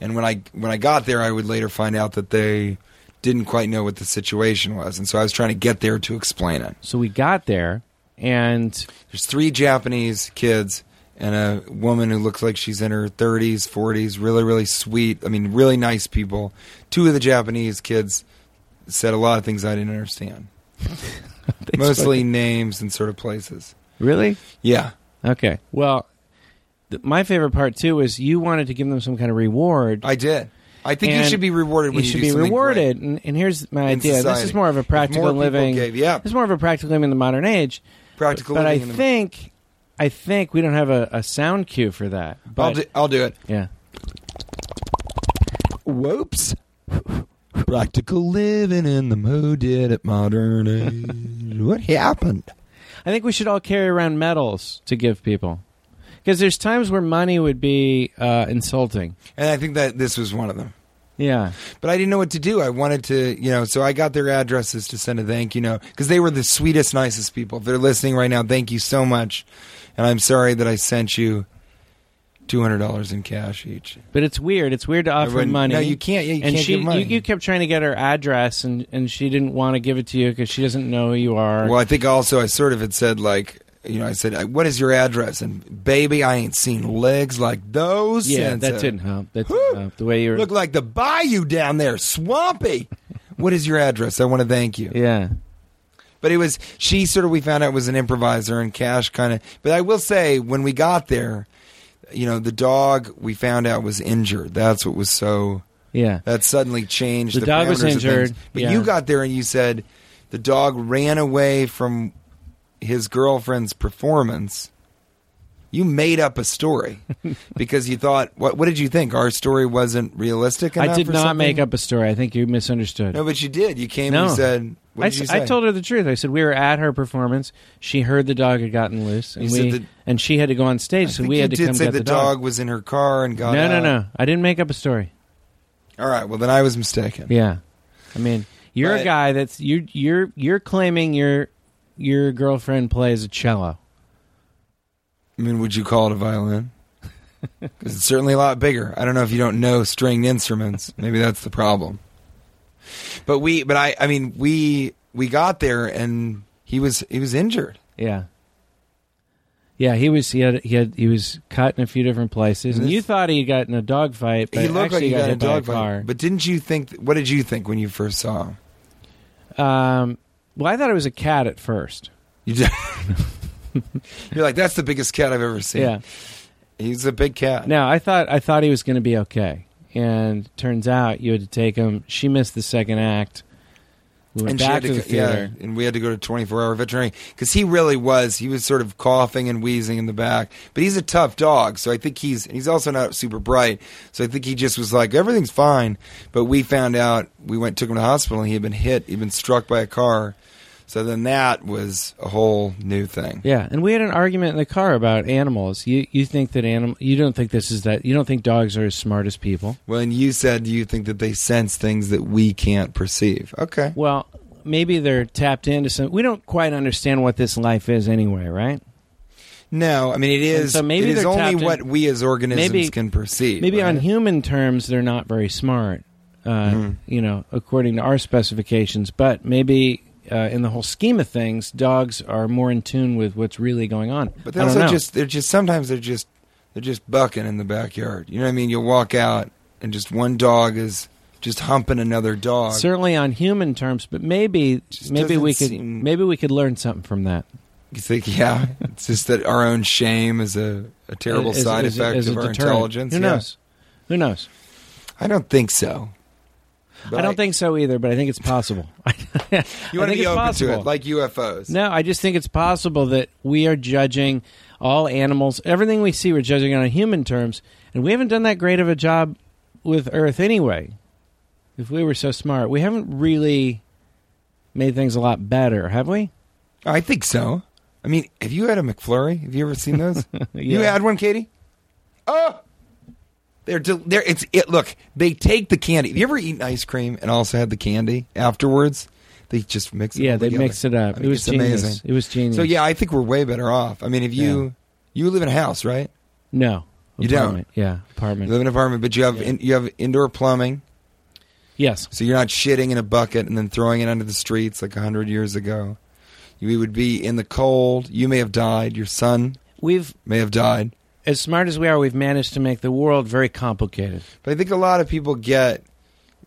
Speaker 6: and when I when I got there, I would later find out that they didn't quite know what the situation was, and so I was trying to get there to explain it.
Speaker 4: so we got there, and
Speaker 6: There's three Japanese kids and a woman who looks like she's in her 30s, 40s, really, really sweet. I mean, really nice people. Two of the Japanese kids said a lot of things I didn't [laughs] understand,
Speaker 4: they
Speaker 6: mostly names and sort of places.
Speaker 4: spoke- really
Speaker 6: Yeah.
Speaker 4: okay. Well, th- my favorite part too is you wanted to give them some kind of reward.
Speaker 6: I did. I think you
Speaker 4: And
Speaker 6: should be rewarded. When you
Speaker 4: should
Speaker 6: do
Speaker 4: be
Speaker 6: something
Speaker 4: rewarded.
Speaker 6: great.
Speaker 4: And, and here's my
Speaker 6: In
Speaker 4: idea. This is
Speaker 6: society.
Speaker 4: more of a
Speaker 6: If more
Speaker 4: practical
Speaker 6: people
Speaker 4: living.
Speaker 6: gave- yeah.
Speaker 4: This is more of a practical living in the modern age.
Speaker 6: Practical
Speaker 4: but
Speaker 6: living
Speaker 4: I
Speaker 6: in the-
Speaker 4: think, I think we don't have a, a sound cue for that. But
Speaker 6: I'll do, I'll do it.
Speaker 4: yeah,
Speaker 6: Whoops. [laughs] Practical living in the mo did at modern age. what happened?
Speaker 4: I think we should all carry around medals to give people because there's times where money would be uh, insulting.
Speaker 6: And I think that this was one of them.
Speaker 4: Yeah,
Speaker 6: But I didn't know what to do. I wanted to, you know, so I got their addresses to send a thank you note because they were the sweetest, nicest people. If they're listening right now, thank you so much. And I'm sorry that I sent you $200 in cash each.
Speaker 4: but it's weird. It's weird to offer
Speaker 6: Everyone-
Speaker 4: money.
Speaker 6: no, you can't- yeah, you
Speaker 4: and
Speaker 6: can't
Speaker 4: she,
Speaker 6: give money.
Speaker 4: You, you kept trying to get her address, and, and she didn't want to give it to you because she doesn't know who you are.
Speaker 6: Well, I think also I sort of had said like, you know, I said, "What is your address?" And baby, I ain't seen legs like those.
Speaker 4: yeah,
Speaker 6: since
Speaker 4: that
Speaker 6: uh,
Speaker 4: didn't help. That
Speaker 6: Whew.
Speaker 4: didn't help. The way you were.
Speaker 6: Look like the bayou down there, swampy. [laughs] what is your address? I want to thank you.
Speaker 4: yeah.
Speaker 6: But it was she sort of we found out was an improviser and Cash kind of. But I will say when we got there, you know, the dog we found out was injured. That's what was so
Speaker 4: Yeah.
Speaker 6: that suddenly changed.
Speaker 4: The
Speaker 6: The,
Speaker 4: dog was
Speaker 6: parameters of things.
Speaker 4: injured,
Speaker 6: but
Speaker 4: yeah.
Speaker 6: you got there and you said the dog ran away from his girlfriend's performance. You made up a
Speaker 4: [laughs]
Speaker 6: story because you thought. What, what did you think? Our story wasn't realistic. Enough
Speaker 4: I did
Speaker 6: or
Speaker 4: not
Speaker 6: something?
Speaker 4: make up a story. I think you misunderstood.
Speaker 6: No, but you did. You came and
Speaker 4: No.
Speaker 6: you said. What
Speaker 4: I,
Speaker 6: did
Speaker 4: s-
Speaker 6: you
Speaker 4: I
Speaker 6: say?
Speaker 4: told her the truth. I said we were at her performance. She heard the dog had gotten loose, and
Speaker 6: You said
Speaker 4: we
Speaker 6: that-
Speaker 4: and she had to go on stage,
Speaker 6: I
Speaker 4: so
Speaker 6: think
Speaker 4: we
Speaker 6: you
Speaker 4: had to
Speaker 6: did
Speaker 4: come
Speaker 6: say
Speaker 4: get
Speaker 6: the,
Speaker 4: the
Speaker 6: dog was in her car and got
Speaker 4: No, no,
Speaker 6: out.
Speaker 4: no. I didn't make up a story.
Speaker 6: All right. Well, then I was mistaken.
Speaker 4: Yeah, I mean, you're a
Speaker 6: But-
Speaker 4: guy that's you you're you're claiming your your girlfriend plays a cello.
Speaker 6: I mean, would you call it a
Speaker 4: [laughs]
Speaker 6: violin? Because it's certainly a lot bigger. I don't know if you don't know stringed instruments. Maybe that's the problem. But we, but I, I mean, we we got there and he was he was injured.
Speaker 4: Yeah. Yeah, he was he had he had he was cut in a few different places, and
Speaker 6: This-
Speaker 4: you thought he got in a dog fight, but
Speaker 6: he looked like
Speaker 4: actually
Speaker 6: he got in a
Speaker 4: hit by
Speaker 6: dog
Speaker 4: car.
Speaker 6: fight. But didn't you think? What did you think when you first saw him?
Speaker 4: Um, well, I thought it was a cat at first. [laughs]
Speaker 6: You just, [laughs] you're like, that's the biggest cat I've ever seen.
Speaker 4: Yeah.
Speaker 6: he's a big cat.
Speaker 4: Now I thought I thought he was going to be okay, and turns out you had to take him. She missed the second act. We went
Speaker 6: she
Speaker 4: back
Speaker 6: had
Speaker 4: to,
Speaker 6: to
Speaker 4: the
Speaker 6: go- yeah,
Speaker 4: theater.
Speaker 6: and we had to go to 24 hour veterinary because he really was. He was sort of coughing and wheezing in the back, but he's a tough dog, so I think he's and he's also not super bright, so I think he just was like everything's fine. But we found out we went took him to the hospital. and He had been hit. He'd been struck by a car. So then that was a whole new thing.
Speaker 4: Yeah, and we had an argument in the car about animals. You you think that animal? You don't think this is that? You don't think dogs are as smart as people?
Speaker 6: When you said you think that they sense things that we can't perceive. Okay.
Speaker 4: Well, maybe they're tapped into some. We don't quite understand what this life is anyway, right?
Speaker 6: No, I mean it
Speaker 4: And
Speaker 6: is.
Speaker 4: so maybe
Speaker 6: it is
Speaker 4: they're
Speaker 6: only
Speaker 4: tapped in-
Speaker 6: what we as organisms
Speaker 4: Maybe-
Speaker 6: can perceive.
Speaker 4: Maybe on
Speaker 6: right? Mm-hmm.
Speaker 4: human terms, they're not very smart. Uh, You know, according to our specifications, but maybe. Uh, in the whole scheme of things, dogs are more in tune with what's really going on.
Speaker 6: But they
Speaker 4: I don't
Speaker 6: also
Speaker 4: know.
Speaker 6: just they're just sometimes they're just they're just bucking in the backyard. You know what I mean? You'll walk out and just one dog is just humping another dog.
Speaker 4: certainly on human terms, but maybe
Speaker 6: Just
Speaker 4: maybe
Speaker 6: doesn't
Speaker 4: we could
Speaker 6: seem-
Speaker 4: maybe we could learn something from that.
Speaker 6: You think, yeah, it's just that our own shame is a, a terrible
Speaker 4: As-
Speaker 6: side
Speaker 4: as-
Speaker 6: effect
Speaker 4: as a
Speaker 6: of our
Speaker 4: deterrent.
Speaker 6: intelligence.
Speaker 4: Who
Speaker 6: Yeah.
Speaker 4: knows? Who knows?
Speaker 6: I don't think so. But
Speaker 4: I don't think so either, but I think it's possible. [laughs]
Speaker 6: you
Speaker 4: I
Speaker 6: want to
Speaker 4: think
Speaker 6: be
Speaker 4: it's
Speaker 6: open
Speaker 4: possible.
Speaker 6: to it, like UFOs.
Speaker 4: no, I just think it's possible that we are judging all animals, everything we see, we're judging on human terms, and we haven't done that great of a job with Earth anyway. If we were so smart, we haven't really made things a lot better, have we?
Speaker 6: I think so. I mean, have you had a McFlurry? Have you ever seen those?
Speaker 4: [laughs]
Speaker 6: You
Speaker 4: Yeah.
Speaker 6: had one, Katie? Oh, they're del- they're it's it. Look, they take the candy. Have you ever eaten ice cream and also had the candy afterwards? They just mix it.
Speaker 4: Yeah,
Speaker 6: all
Speaker 4: they
Speaker 6: together.
Speaker 4: mixed it up.
Speaker 6: I mean,
Speaker 4: It was
Speaker 6: it's
Speaker 4: genius.
Speaker 6: amazing.
Speaker 4: It was genius.
Speaker 6: So yeah, I think we're way better off. I mean, if you you live in a house, right?
Speaker 4: No.
Speaker 6: You don't?
Speaker 4: Apartment. Yeah, apartment.
Speaker 6: You live in an apartment, but you have in, you have indoor plumbing,
Speaker 4: yes.
Speaker 6: so you're not shitting in a bucket and then throwing it under the streets like hundred years ago. You would be in the cold. You may have died. Your son
Speaker 4: We've
Speaker 6: may have died.
Speaker 4: as smart as we are, we've managed to make the world very complicated.
Speaker 6: But I think a lot of people get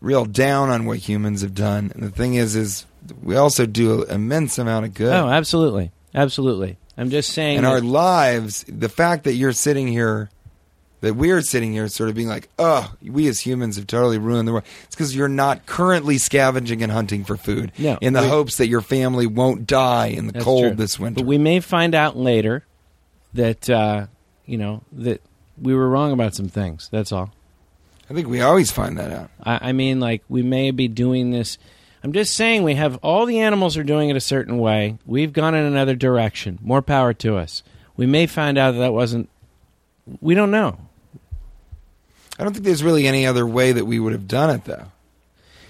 Speaker 6: real down on what humans have done. And the thing is, is we also do an immense amount of good.
Speaker 4: Oh, absolutely. Absolutely. I'm just saying
Speaker 6: and our
Speaker 4: that-
Speaker 6: lives, the fact that you're sitting here, that we're sitting here, sort of being like, oh, we as humans have totally ruined the world. It's because you're not currently scavenging and hunting for food
Speaker 4: No.
Speaker 6: in the
Speaker 4: We-
Speaker 6: hopes that your family won't die in the
Speaker 4: that's
Speaker 6: cold
Speaker 4: true.
Speaker 6: this winter.
Speaker 4: But we may find out later that uh, you know, that we were wrong about some things. That's all.
Speaker 6: I think we always find that out.
Speaker 4: I, I mean, like we may be doing this. I'm just saying we have all the animals are doing it a certain way. We've gone in another direction. More power to us. We may find out that that wasn't. We don't know.
Speaker 6: I don't think there's really any other way that we would have done it, though.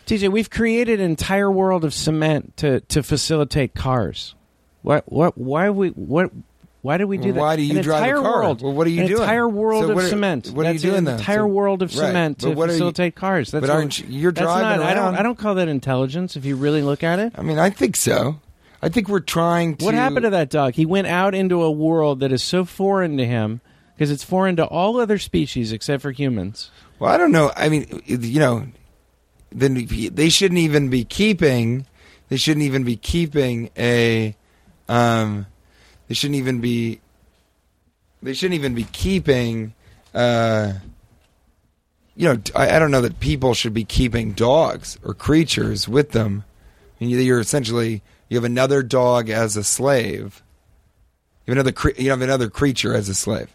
Speaker 4: TJ, we've created an entire world of cement to, to facilitate cars. What? What? Why we? What? Why did we do that?
Speaker 6: Why do you
Speaker 4: an
Speaker 6: drive
Speaker 4: entire
Speaker 6: a car?
Speaker 4: World,
Speaker 6: Well, what are you
Speaker 4: an
Speaker 6: doing?
Speaker 4: Entire world
Speaker 6: So
Speaker 4: of
Speaker 6: what are-
Speaker 4: cement.
Speaker 6: what are you
Speaker 4: That's
Speaker 6: doing
Speaker 4: An
Speaker 6: then?
Speaker 4: entire
Speaker 6: So-
Speaker 4: world of
Speaker 6: right.
Speaker 4: cement
Speaker 6: But
Speaker 4: to
Speaker 6: what are you-
Speaker 4: facilitate cars. That's
Speaker 6: but
Speaker 4: what-
Speaker 6: aren't you- you're
Speaker 4: that's
Speaker 6: driving
Speaker 4: not- I don't.
Speaker 6: around-
Speaker 4: I don't call that intelligence. If you really look at it.
Speaker 6: I mean, I think so. I think we're trying to.
Speaker 4: What happened to that dog? He went out into a world that is so foreign to him because it's foreign to all other species except for humans.
Speaker 6: Well, I don't know. I mean, you know, then if- they shouldn't even be keeping. They shouldn't even be keeping a. Um, they shouldn't even be. They shouldn't even be keeping. Uh, you know, I, I don't know that people should be keeping dogs or creatures with them. I mean, you're essentially you have another dog as a slave. You have another cre- you have another creature as a slave.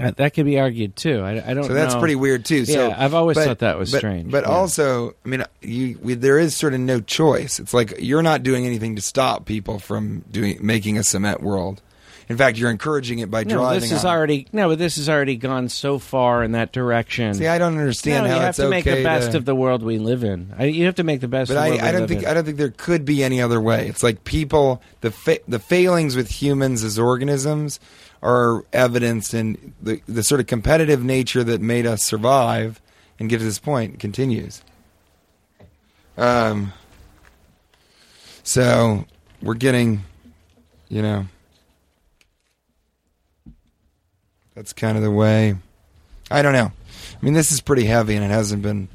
Speaker 4: Uh, That could be argued too. I, I don't.
Speaker 6: So that's
Speaker 4: know.
Speaker 6: pretty weird too. So
Speaker 4: Yeah, I've always
Speaker 6: but-
Speaker 4: thought that was
Speaker 6: but-
Speaker 4: strange.
Speaker 6: But
Speaker 4: Yeah.
Speaker 6: also, I mean, you we, there is sort of no choice. It's like you're not doing anything to stop people from doing making a cement world. In fact, you're encouraging it by
Speaker 4: no,
Speaker 6: driving.
Speaker 4: this is
Speaker 6: on it.
Speaker 4: already no, but this has already gone so far in that direction.
Speaker 6: See, I don't understand
Speaker 4: no,
Speaker 6: how
Speaker 4: you have
Speaker 6: it's
Speaker 4: to
Speaker 6: okay
Speaker 4: make the best
Speaker 6: to-
Speaker 4: of the world we live in. I, you have to make the best.
Speaker 6: But
Speaker 4: of the world
Speaker 6: I, I
Speaker 4: we
Speaker 6: don't
Speaker 4: live
Speaker 6: think
Speaker 4: in.
Speaker 6: I don't think there could be any other way. It's like people the fa- the failings with humans as organisms are evidenced in the the sort of competitive nature that made us survive and get to this point continues. Um. So we're getting, you know, that's kind of the way. I don't know. I mean, this is pretty heavy, and it hasn't been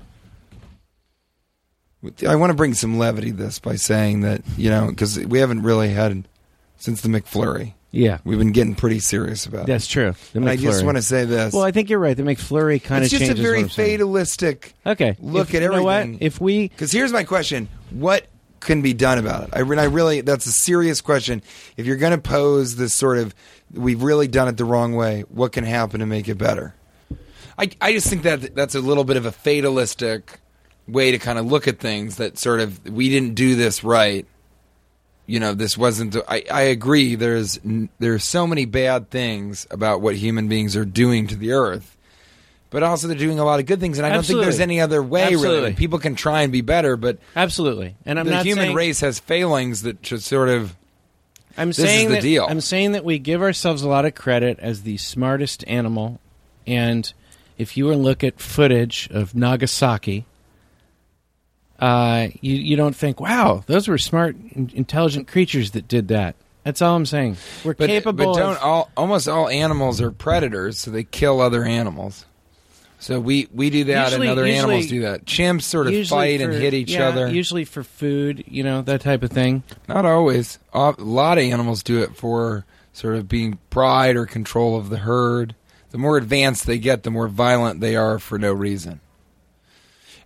Speaker 6: I want to bring some levity to this by saying that, you know, because we haven't really had, since the McFlurry,
Speaker 4: yeah,
Speaker 6: we've been getting pretty serious about it.
Speaker 4: that's true. The
Speaker 6: And I just
Speaker 4: McFlurry.
Speaker 6: want to say this.
Speaker 4: Well, I think you're right. The McFlurry kind
Speaker 6: it's
Speaker 4: of
Speaker 6: just a
Speaker 4: changes
Speaker 6: very
Speaker 4: what I'm saying.
Speaker 6: fatalistic.
Speaker 4: Okay,
Speaker 6: look
Speaker 4: If-
Speaker 6: at
Speaker 4: you know what?
Speaker 6: everything.
Speaker 4: If we
Speaker 6: Because here's my question What can be done about it? I, and I really, that's a serious question. If you're going to pose this sort of, we've really done it the wrong way, what can happen to make it better? I, I just think that that's a little bit of a fatalistic way to kind of look at things that sort of, we didn't do this right. You know, this wasn't. The, I, I agree. There's n- there's so many bad things about what human beings are doing to the earth, but also they're doing a lot of good things. And I don't
Speaker 4: Absolutely.
Speaker 6: think there's any other way. Really,
Speaker 4: Absolutely.
Speaker 6: people can try and be better, but
Speaker 4: absolutely, and I'm
Speaker 6: the
Speaker 4: not
Speaker 6: human
Speaker 4: saying,
Speaker 6: race has failings that should sort of.
Speaker 4: I'm
Speaker 6: is
Speaker 4: saying
Speaker 6: the
Speaker 4: that,
Speaker 6: deal.
Speaker 4: I'm saying that we give ourselves a lot of credit as the smartest animal, and if you were to look at footage of Nagasaki, uh, you you don't think, wow, those were smart, in- intelligent creatures that did that. That's all I'm saying. We're
Speaker 6: But,
Speaker 4: capable.
Speaker 6: but don't
Speaker 4: of,
Speaker 6: all almost all animals are predators, so they kill other animals. So we we do that,
Speaker 4: Usually-
Speaker 6: and other
Speaker 4: usually-
Speaker 6: animals do that. Chimps sort of
Speaker 4: usually
Speaker 6: fight and
Speaker 4: for-
Speaker 6: hit each
Speaker 4: yeah,
Speaker 6: other.
Speaker 4: Usually for food, you know that type of thing.
Speaker 6: Not always. A lot of animals do it for sort of being pride or control of the herd. The more advanced they get, the more violent they are for no reason.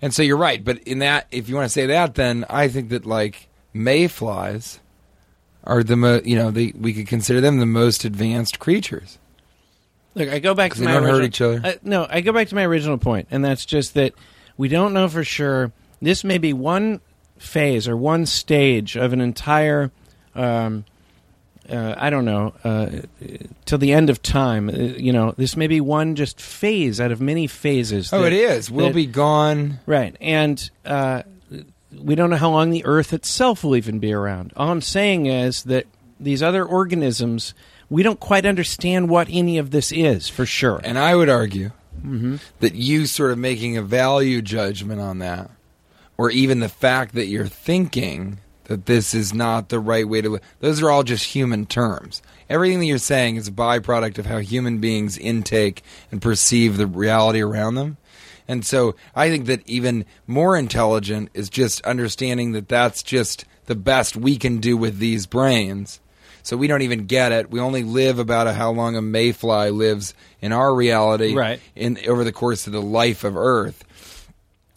Speaker 6: And so you're right, but in that, if you want to say that, then I think that like mayflies are the mo- you know the, we could consider them the most advanced creatures.
Speaker 4: Look, I go back
Speaker 6: 'Cause
Speaker 4: to
Speaker 6: they
Speaker 4: my
Speaker 6: don't hurt
Speaker 4: original-
Speaker 6: each other.
Speaker 4: I, no, I go back to my original point, and that's just that we don't know for sure. This may be one phase or one stage of an entire. Um, uh, I don't know. Uh, till the end of time, uh, you know, this may be one just phase out of many phases.
Speaker 6: Oh,
Speaker 4: that-
Speaker 6: it is. We'll
Speaker 4: that-
Speaker 6: be gone.
Speaker 4: right, and uh, we don't know how long the Earth itself will even be around. All I'm saying is that these other organisms, we don't quite understand what any of this is for sure.
Speaker 6: And I would argue that you sort of making a value judgment on that, or even the fact that you're thinking that this is not the right way to live, those are all just human terms. Everything that you're saying is a byproduct of how human beings intake and perceive the reality around them. And so I think that even more intelligent is just understanding that that's just the best we can do with these brains. So we don't even get it. We only live about how long a mayfly lives in our reality
Speaker 4: Right.
Speaker 6: in over the course of the life of Earth.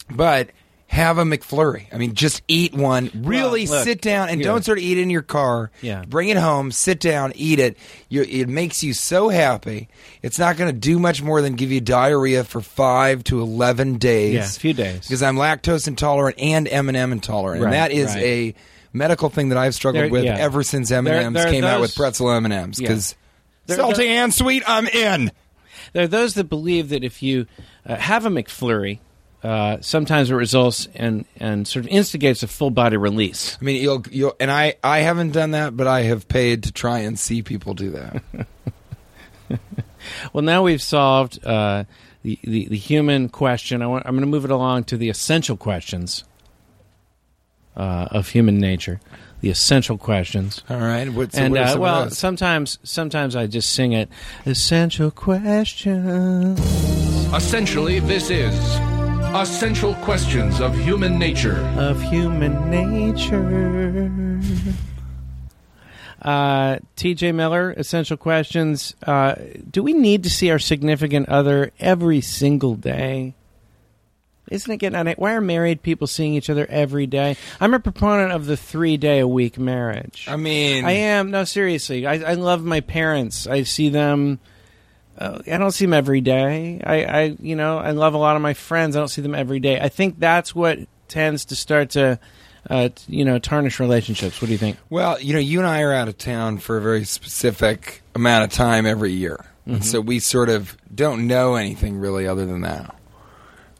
Speaker 6: But have a McFlurry. I mean, just eat one. Really
Speaker 4: look,
Speaker 6: sit down and don't sort of eat it in your car.
Speaker 4: Yeah.
Speaker 6: Bring it home, sit down, eat it. You, it makes you so happy. It's not going to do much more than give you diarrhea for five to eleven days.
Speaker 4: Yeah, a few days.
Speaker 6: Because I'm lactose intolerant and M and M intolerant,
Speaker 4: Right,
Speaker 6: and that is
Speaker 4: right.
Speaker 6: a medical thing that I've struggled
Speaker 4: There-
Speaker 6: with
Speaker 4: yeah.
Speaker 6: ever since M and
Speaker 4: There-
Speaker 6: M's
Speaker 4: there are
Speaker 6: came out
Speaker 4: those-
Speaker 6: with pretzel M and M's
Speaker 4: Yeah.
Speaker 6: because
Speaker 4: There-
Speaker 6: salty
Speaker 4: there-
Speaker 6: and sweet. I'm in.
Speaker 4: There are those that believe that if you uh, have a McFlurry, uh, sometimes it results and and sort of instigates a full body release.
Speaker 6: I mean, you'll you'll and I I haven't done that, but I have paid to try and see people
Speaker 4: [laughs]
Speaker 6: do that.
Speaker 4: Well, now we've solved uh, the, the the human question. I want, I'm going to move it along to the essential questions uh, of human nature. The essential questions.
Speaker 6: All right, what's
Speaker 4: and
Speaker 6: what are
Speaker 4: uh,
Speaker 6: some of
Speaker 4: well,
Speaker 6: those?
Speaker 4: sometimes sometimes I just sing it. Essential questions.
Speaker 3: Essentially, this is Essential Questions of Human Nature.
Speaker 4: of human nature. Uh, TJ Miller, Essential Questions. Uh, do we need to see our significant other every single day? Isn't it getting on it? Why are married people seeing each other every day? I'm a proponent of the three day a week marriage.
Speaker 6: I mean,
Speaker 4: I am. No, seriously. I, I love my parents. I see them. Uh, I don't see them every day. I, I, you know, I love a lot of my friends. I don't see them every day. I think that's what tends to start to, uh, t- you know, tarnish relationships. What do you think?
Speaker 6: Well, you know, you and I are out of town for a very specific amount of time every year. And so we sort of don't know anything really other than that.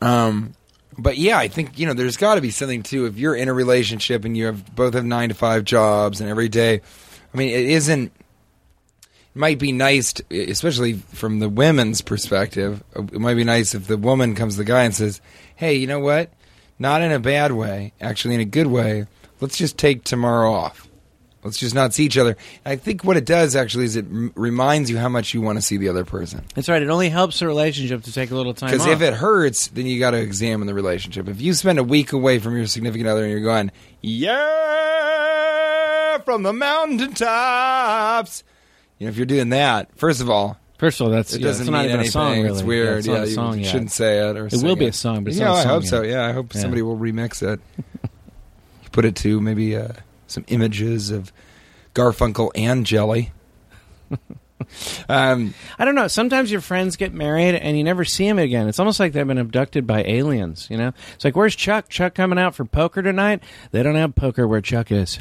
Speaker 6: Um, but yeah, I think, you know, there's got to be something too. If you're in a relationship and you have both have nine to five jobs and every day, I mean, it isn't might be nice, to, especially from the women's perspective. uh, It might be nice if the woman comes to the guy and says, "Hey, you know what? Not in a bad way, actually in a good way. Let's just take tomorrow off. Let's just not see each other." And I think what it does actually is it m- reminds you how much you want to see the other person.
Speaker 4: That's right. It only helps a relationship to take a little time.
Speaker 6: Because
Speaker 4: off.
Speaker 6: if it hurts, then you got to examine the relationship. If you spend a week away from your significant other and you're going, yeah, from the mountaintops, you know, if you're doing that, first of all,
Speaker 4: First of all, that's
Speaker 6: it
Speaker 4: yeah,
Speaker 6: doesn't
Speaker 4: it's not
Speaker 6: mean
Speaker 4: even
Speaker 6: anything.
Speaker 4: a song. Really,
Speaker 6: It's weird.
Speaker 4: Yeah,
Speaker 6: Yeah,
Speaker 4: it's not a
Speaker 6: you
Speaker 4: song yet.
Speaker 6: shouldn't say it or.
Speaker 4: It will
Speaker 6: sing
Speaker 4: be a song, but it's
Speaker 6: yeah,
Speaker 4: not a
Speaker 6: I
Speaker 4: song
Speaker 6: hope
Speaker 4: yet.
Speaker 6: so. Yeah, I hope
Speaker 4: Yeah.
Speaker 6: somebody will remix it. [laughs] Put it to maybe uh, some images of Garfunkel and Jelly. [laughs] um,
Speaker 4: I don't know. Sometimes your friends get married and you never see them again. It's almost like they've been abducted by aliens. You know, it's like where's Chuck? Chuck coming out for poker tonight? They don't have poker where Chuck is.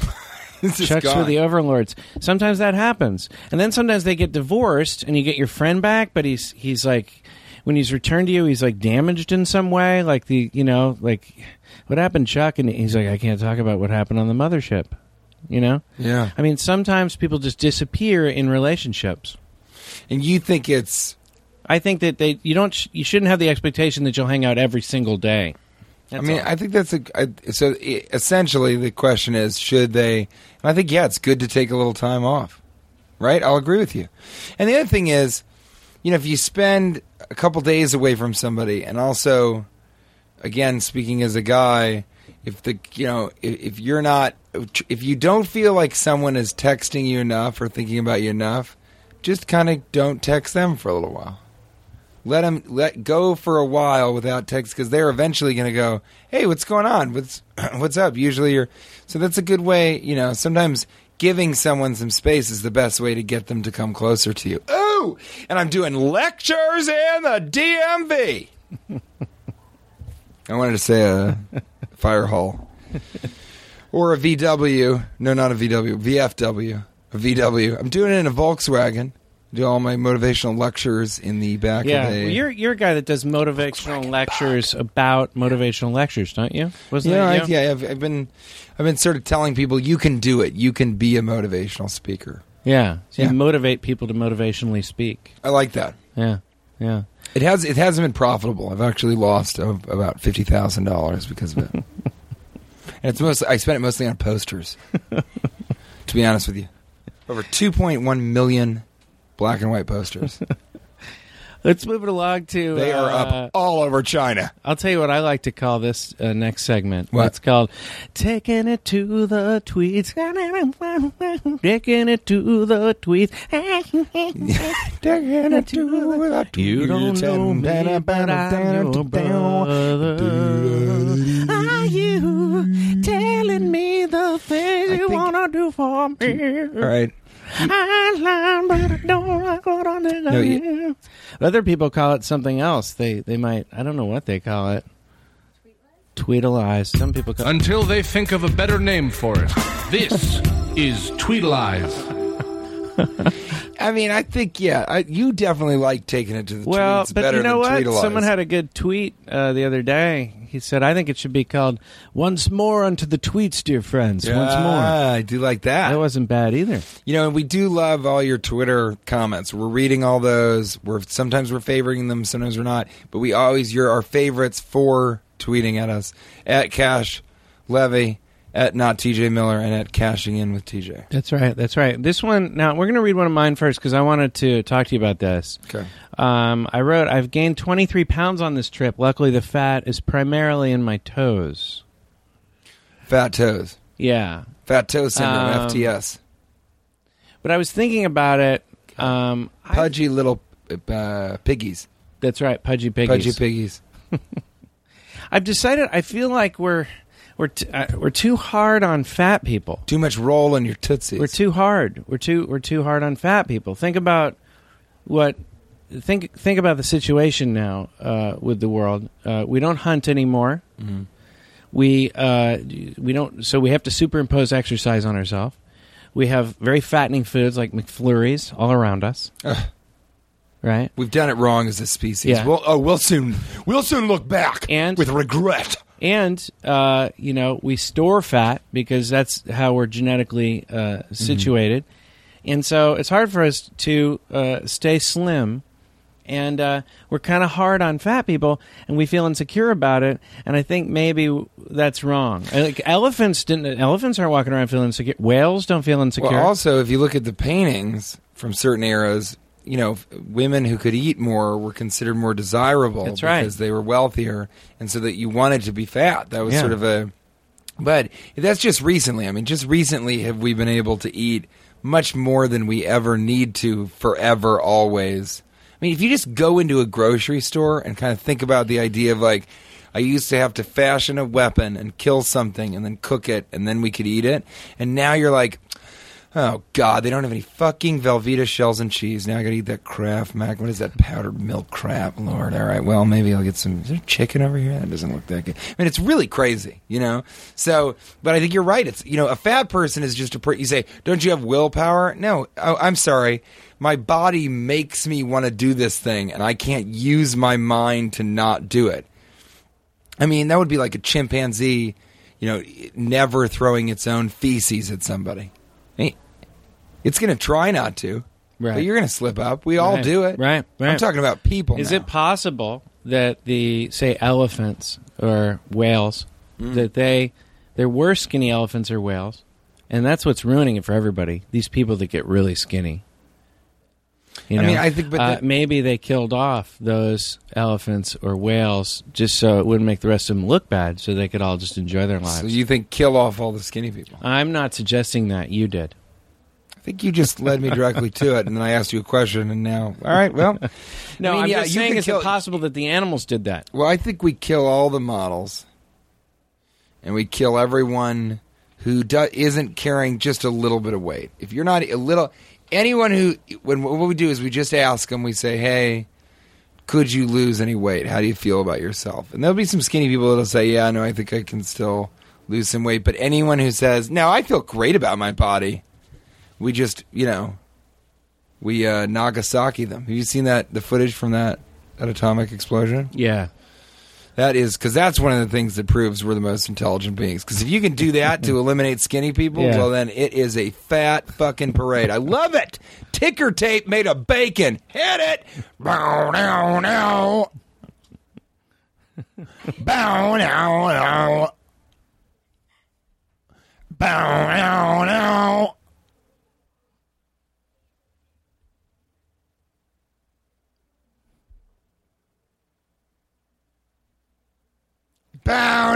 Speaker 6: it's just
Speaker 4: Chucks
Speaker 6: gone.
Speaker 4: with the overlords. Sometimes that happens, and then sometimes they get divorced, and you get your friend back, but he's he's like, when he's returned to you, he's like damaged in some way, like the you know like, what happened, Chuck? And he's like, I can't talk about what happened on the mothership. You know,
Speaker 6: yeah.
Speaker 4: I mean, sometimes people just disappear in relationships.
Speaker 6: And you think it's
Speaker 4: I think that they you don't sh- you shouldn't have the expectation that you'll hang out every single day.
Speaker 6: I mean, I think that's a I, so. i essentially, the question is, should they? And I think yeah, it's good to take a little time off, right? I'll agree with you. And the other thing is, you know, if you spend a couple days away from somebody, and also, again, speaking as a guy, if the you know, if, if you're not, if you don't feel like someone is texting you enough or thinking about you enough, just kind of don't text them for a little while let them let go for a while without text because they're eventually going to go hey what's going on what's [clears throat] what's up usually you're so that's a good way you know sometimes giving someone some space is the best way to get them to come closer to you oh and i'm doing lectures in the dmv i wanted to
Speaker 4: [laughs]
Speaker 6: say a fire hall or a vw no not a vw vfw a vw i'm doing it in a volkswagen do all my motivational lectures in the back
Speaker 4: Yeah,
Speaker 6: of a.
Speaker 4: well, you're you're a guy that does motivational lectures about motivational lectures, don't you? Wasn't
Speaker 6: yeah,
Speaker 4: that
Speaker 6: I,
Speaker 4: you?
Speaker 6: yeah. I've, I've been, I've been sort of telling people you can do it. You can be a motivational speaker.
Speaker 4: Yeah. So
Speaker 6: Yeah.
Speaker 4: you motivate people to motivationally speak.
Speaker 6: I like that.
Speaker 4: Yeah, yeah.
Speaker 6: It has, it hasn't been profitable. I've actually lost a, about fifty thousand dollars because of it. and it's mostly, I spent it mostly on posters. to be honest with you, over two point one million black and white posters.
Speaker 4: Let's move it along to.
Speaker 6: They are
Speaker 4: uh,
Speaker 6: up all over China.
Speaker 4: I'll tell you what I like to call this uh, next segment.
Speaker 6: What?
Speaker 4: It's called "Taking It to the Tweets." [laughs] Taking it to the tweets. [laughs] You don't know me, but I'm your
Speaker 6: [laughs]
Speaker 4: brother. Are you telling me the things you
Speaker 6: think-
Speaker 4: wanna do for me?
Speaker 6: All right.
Speaker 4: I lie, but I don't like what I think I
Speaker 6: No, you-
Speaker 4: am. Other people call it something else. They they might I don't know what they call it. Tweedleize. Some people call
Speaker 3: Until they think of a better name for it. This is Tweedlize.
Speaker 6: I mean, I think yeah, I, you definitely like taking it to the
Speaker 4: well,
Speaker 6: tweets
Speaker 4: but
Speaker 6: better
Speaker 4: you know
Speaker 6: than
Speaker 4: what?
Speaker 6: Tweedalize.
Speaker 4: Someone had a good tweet uh, the other day. He said, "I think it should be called once more unto the tweets, dear friends. Once more."
Speaker 6: I do like that.
Speaker 4: That wasn't bad either.
Speaker 6: you know, and we do love all your Twitter comments. We're reading all those. We're sometimes we're favoring them, sometimes we're not. But we always you're our favorites for tweeting at us at Cash Levy at not TJ Miller and at Cashing In with TJ.
Speaker 4: That's right. That's right. This one now we're going to read one of mine first because I wanted to talk to you about this.
Speaker 6: Okay.
Speaker 4: Um, I wrote, I've gained 23 pounds on this trip. Luckily, the fat is primarily in my toes.
Speaker 6: Fat toes,
Speaker 4: Yeah.
Speaker 6: fat toe syndrome,
Speaker 4: Um,
Speaker 6: FTS,
Speaker 4: But I was thinking about it. Um, I-
Speaker 6: pudgy little uh, piggies,
Speaker 4: that's right, pudgy piggies.
Speaker 6: pudgy piggies.
Speaker 4: I've decided. I feel like we're we're t- uh, we're too hard on fat people.
Speaker 6: Too much roll in your tootsies.
Speaker 4: We're too hard. We're too we're too hard on fat people. Think about what think think about the situation now uh, with the world. Uh, we don't hunt anymore. We uh, we don't. So we have to superimpose exercise on ourselves. We have very fattening foods like McFlurries all around us.
Speaker 6: Ugh.
Speaker 4: Right.
Speaker 6: We've done it wrong as a species.
Speaker 4: Yeah.
Speaker 6: We'll, oh, we'll soon, we'll soon look back
Speaker 4: And-
Speaker 6: with regret.
Speaker 4: and uh, you know we store fat because that's how we're genetically uh, situated, and so it's hard for us to uh, stay slim, and uh, we're kind of hard on fat people, and we feel insecure about it, and I think maybe w- that's wrong. I- Like elephants didn't, elephants aren't walking around feeling insecure. Whales don't feel insecure.
Speaker 6: Well, also, if you look at the paintings from certain eras, you know, f- women who could eat more were considered more desirable
Speaker 4: That's right.
Speaker 6: because they were wealthier, and so that you wanted to be fat. That was
Speaker 4: Yeah.
Speaker 6: sort of a. But that's just recently. I mean, just recently have we been able to eat much more than we ever need to forever, always. I mean, if you just go into a grocery store and kind of think about the idea of like, I used to have to fashion a weapon and kill something and then cook it and then we could eat it. And now you're like, Oh God, they don't have any fucking Velveeta shells and cheese. Now I gotta eat that Kraft Mac. What is that powdered milk crap? Lord, all right. Well, maybe I'll get some. Is there chicken over here? That doesn't look that good. I mean, it's really crazy, you know. So, but I think you're right. It's you know, a fat person is just a. Per- you say, don't you have willpower? No, oh, I'm sorry. My body makes me want to do this thing, and I can't use my mind to not do it. I mean, that would be like a chimpanzee, you know, never throwing its own feces at somebody. Hey, It's going to try not to,
Speaker 4: Right.
Speaker 6: but you're going to slip up. We all
Speaker 4: Right,
Speaker 6: do it.
Speaker 4: right,
Speaker 6: I'm
Speaker 4: right.
Speaker 6: talking about people.
Speaker 4: Is
Speaker 6: now.
Speaker 4: it possible that the say elephants or whales
Speaker 6: Mm.
Speaker 4: that they there were skinny elephants or whales, and that's what's ruining it for everybody? These people that get really skinny. You
Speaker 6: I
Speaker 4: know,
Speaker 6: mean, I think- but
Speaker 4: uh,
Speaker 6: the-
Speaker 4: maybe they killed off those elephants or whales just so it wouldn't make the rest of them look bad, so they could all just enjoy their lives.
Speaker 6: So you think kill off all the skinny people?
Speaker 4: I'm not suggesting that you did.
Speaker 6: I think you just led me directly to it, and then I asked you a question, and now, all right, well,
Speaker 4: No, I
Speaker 6: I mean,
Speaker 4: am
Speaker 6: yeah,
Speaker 4: just
Speaker 6: you
Speaker 4: saying
Speaker 6: could
Speaker 4: it's
Speaker 6: kill-
Speaker 4: impossible that the animals did that.
Speaker 6: Well, I think we kill all the models, and we kill everyone who do- isn't carrying just a little bit of weight. If you're not a little, anyone who when what we do is we just ask them. We say, "Hey, could you lose any weight? How do you feel about yourself?" And there'll be some skinny people that'll say, "Yeah, no, I think I can still lose some weight." But anyone who says, "No, I feel great about my body," we just you know we uh, Nagasaki them. Have you seen that the footage from that that atomic explosion?
Speaker 4: Yeah.
Speaker 6: That is because that's one of the things that proves we're the most intelligent beings. Because if you can do that
Speaker 4: [laughs]
Speaker 6: to eliminate skinny people,
Speaker 4: Yeah.
Speaker 6: well, then it is a fat fucking parade. I love it. Ticker tape made of bacon. Hit it. Bow
Speaker 4: [laughs]
Speaker 6: now now. Bow now now. Bow now now. Bow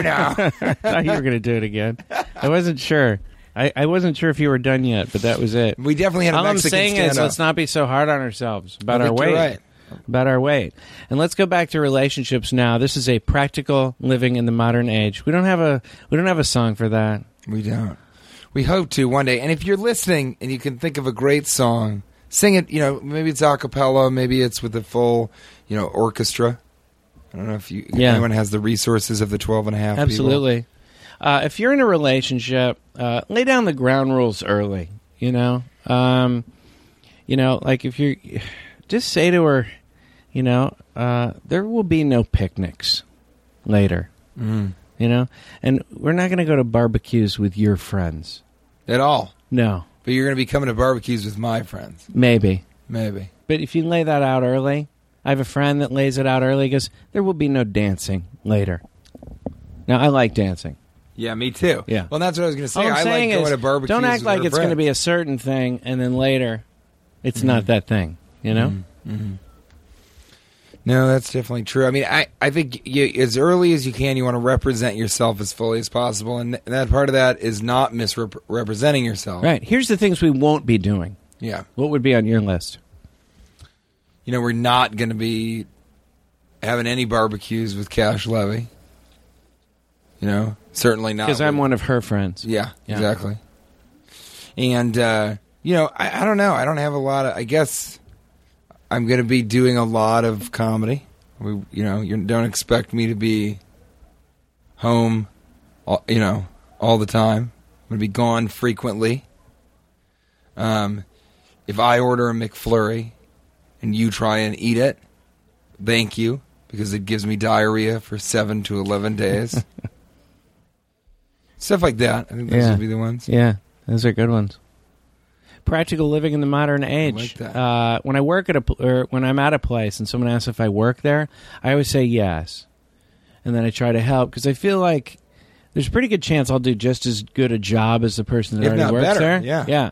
Speaker 4: [laughs]
Speaker 6: now.
Speaker 4: I thought you were going to do it again. I wasn't sure. I, I wasn't sure if you were done yet, but that was it.
Speaker 6: We definitely had a
Speaker 4: All I'm
Speaker 6: Mexican
Speaker 4: saying
Speaker 6: stand
Speaker 4: is, let's not be so hard on ourselves about
Speaker 6: I
Speaker 4: our
Speaker 6: think
Speaker 4: weight.
Speaker 6: you're right.
Speaker 4: About our weight, and let's go back to relationships now. This is a practical living in the modern age. We don't have a we don't have a song for that.
Speaker 6: We don't. We hope to one day. And if you're listening and you can think of a great song, sing it. You know, maybe it's a cappella, maybe it's with a full, you know, orchestra. I don't know if you if
Speaker 4: Yeah.
Speaker 6: anyone has the resources of the twelve and a half.
Speaker 4: Absolutely. Uh, if you're in a relationship, uh, lay down the ground rules early. You know, um, you know, like if you are [sighs] just say to her, you know, uh, there will be no picnics later. You know, and we're not going to go to barbecues with your friends.
Speaker 6: people at all.
Speaker 4: No,
Speaker 6: But you're going to be coming to barbecues with my friends,
Speaker 4: maybe.
Speaker 6: maybe.
Speaker 4: But if you lay that out early, I have a friend that lays it out early. Goes, there will be no dancing later. Now, I like dancing.
Speaker 6: Yeah, me too.
Speaker 4: Yeah.
Speaker 6: Well, that's what I was going to say.
Speaker 4: All I'm
Speaker 6: I like
Speaker 4: saying
Speaker 6: going
Speaker 4: is,
Speaker 6: to barbecues.
Speaker 4: don't act
Speaker 6: with
Speaker 4: like
Speaker 6: our
Speaker 4: it's going to
Speaker 6: friends. Mm-hmm.
Speaker 4: be a certain thing, and then later, it's not that thing. You know,
Speaker 6: No, that's definitely true. I mean, I, I think you, as early as you can, you want to represent yourself as fully as possible. And th- that part of that is not misrepresenting yourself.
Speaker 4: right? Here's the things we won't be doing.
Speaker 6: Yeah.
Speaker 4: What would be on your list?
Speaker 6: You know, we're not going to be having any barbecues with Cash Levy. You know, certainly not.
Speaker 4: Because I'm
Speaker 6: with-
Speaker 4: one of her friends.
Speaker 6: Yeah,
Speaker 4: Yeah.
Speaker 6: exactly. And, uh, you know, I, I don't know. I don't have a lot of. I guess I'm going to be doing a lot of comedy. We, you know, you don't expect me to be home, all, you know, all the time. I'm going to be gone frequently. Um, if I order a McFlurry and you try and eat it, thank you because it gives me diarrhea for seven to
Speaker 4: [laughs]
Speaker 6: eleven days. Stuff like that. I think those
Speaker 4: Yeah.
Speaker 6: would be the ones.
Speaker 4: Yeah, those are good ones. Practical living in the modern age.
Speaker 6: that.
Speaker 4: Uh, when I work at a pl- or when I'm at a place and someone asks if I work there, I always say yes, and then I try to help because I feel like there's a pretty good chance I'll do just as good a job as the person that
Speaker 6: If
Speaker 4: already
Speaker 6: not
Speaker 4: works
Speaker 6: better,
Speaker 4: there.
Speaker 6: yeah.
Speaker 4: yeah.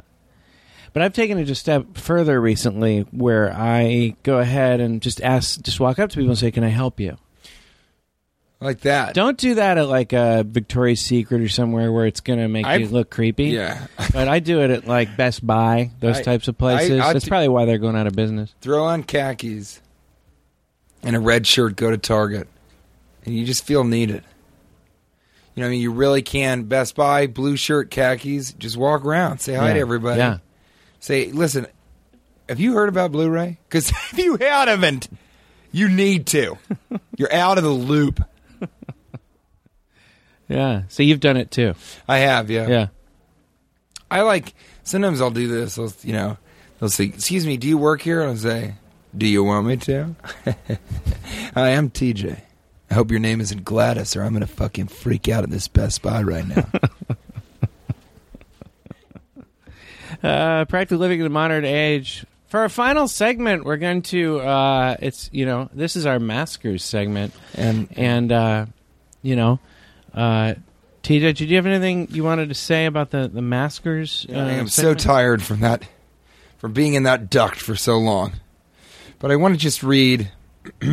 Speaker 4: But I've taken it a step further recently, where I go ahead and just ask, just walk up to people and say, "Can I help you?"
Speaker 6: Like that.
Speaker 4: Don't do that at like a Victoria's Secret or somewhere where it's going to make you
Speaker 6: I've-
Speaker 4: look creepy.
Speaker 6: Yeah. [laughs]
Speaker 4: but I do it at like Best Buy, those
Speaker 6: I-
Speaker 4: types of places.
Speaker 6: I- I
Speaker 4: That's
Speaker 6: do-
Speaker 4: probably why they're going out of business.
Speaker 6: Throw on khakis and a red shirt, go to Target. And you just feel needed. You know, I mean, you really can. Best Buy, blue shirt, khakis. Just walk around. Say hi
Speaker 4: Yeah.
Speaker 6: to everybody.
Speaker 4: Yeah,
Speaker 6: Say, listen, have you heard about Blu ray? Because [laughs] if you haven't, you need
Speaker 4: [laughs]
Speaker 6: to. You're out of the loop.
Speaker 4: yeah. So you've done it too.
Speaker 6: I have, yeah.
Speaker 4: Yeah,
Speaker 6: I like, sometimes I'll do this. I'll, you know, they'll say, excuse me, do you work here? And I'll say, do you want me to? [laughs] Hi, I'm TJ. I hope your name isn't Gladys or I'm going to fucking freak out at this Best Buy right now.
Speaker 4: uh, practical living in the modern age. For our final segment, we're going to. Uh, it's you know this is our maskers segment,
Speaker 6: and
Speaker 4: and uh, you know, uh, TJ, did you have anything you wanted to say about the the maskers?
Speaker 6: I
Speaker 4: uh,
Speaker 6: am so
Speaker 4: segment?
Speaker 6: tired from that, from being in that duct for so long. But I want to just read [clears throat]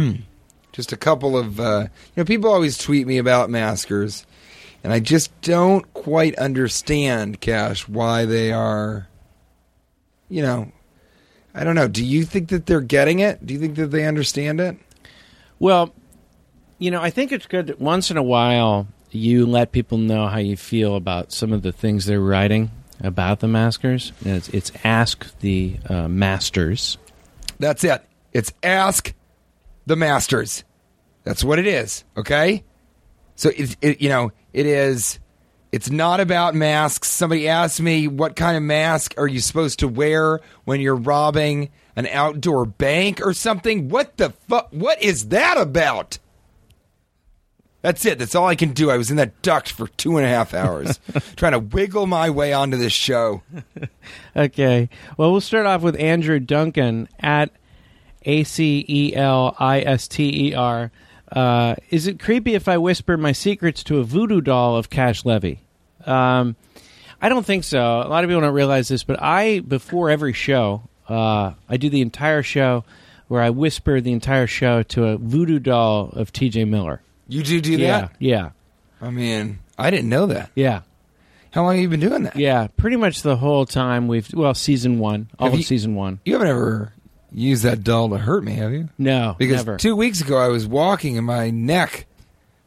Speaker 6: just a couple of, uh, you know, people always tweet me about maskers, and I just don't quite understand, Cash, why they are, you know, I don't know. Do you think that they're getting it? Do you think that they understand it?
Speaker 4: Well, you know, I think it's good that once in a while you let people know how you feel about some of the things they're writing about the maskers. And It's, it's ask the uh, masters.
Speaker 6: That's it. It's ask the masters. That's what it is. Okay. So it's it, you know it is It's not about masks. Somebody asked me, what kind of mask are you supposed to wear when you're robbing an outdoor bank or something? What the fuck? What is that about? That's it. That's all I can do. I was in that duct for two and a
Speaker 4: [laughs]
Speaker 6: half hours trying to wiggle my way onto this show.
Speaker 4: Okay. Well, we'll start off with Andrew Duncan at A C E L I S T E R. Uh, is it creepy if I whisper my secrets to a voodoo doll of Cash Levy? Um, I don't think so. A lot of people don't realize this, but I, before every show, uh, I do the entire show where I whisper the entire show to a voodoo doll of TJ Miller.
Speaker 6: You do do
Speaker 4: Yeah. Yeah.
Speaker 6: that? I mean, I didn't know that.
Speaker 4: Yeah.
Speaker 6: How long have you been doing that?
Speaker 4: Yeah. Pretty much the whole time we've, well, season one, all
Speaker 6: Have
Speaker 4: of
Speaker 6: you-
Speaker 4: season one.
Speaker 6: You haven't ever used that doll to hurt me, have you?
Speaker 4: No.
Speaker 6: Because
Speaker 4: never.
Speaker 6: two weeks ago I was walking and my neck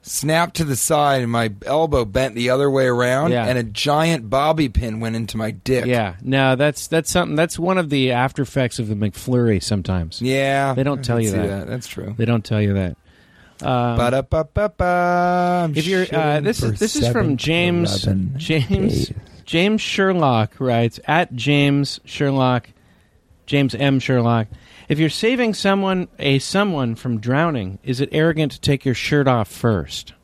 Speaker 6: snapped to the side and my elbow bent the other way around
Speaker 4: Yeah.
Speaker 6: and a giant bobby pin went into my dick.
Speaker 4: Yeah, no, that's that's something. That's one of the after effects of the McFlurry. Sometimes
Speaker 6: Yeah.
Speaker 4: They don't
Speaker 6: I
Speaker 4: tell
Speaker 6: can
Speaker 4: you
Speaker 6: see
Speaker 4: that.
Speaker 6: That's true.
Speaker 4: they don't tell you that. Um,
Speaker 6: Ba-da-ba-ba-ba. I'm
Speaker 4: If you're uh,
Speaker 6: shooting
Speaker 4: this
Speaker 6: for
Speaker 4: is this is from
Speaker 6: seven
Speaker 4: James
Speaker 6: for 11.
Speaker 4: James James Sherlock writes at James Sherlock James M Sherlock. If you're saving someone a someone from drowning, is it arrogant to take your shirt off first?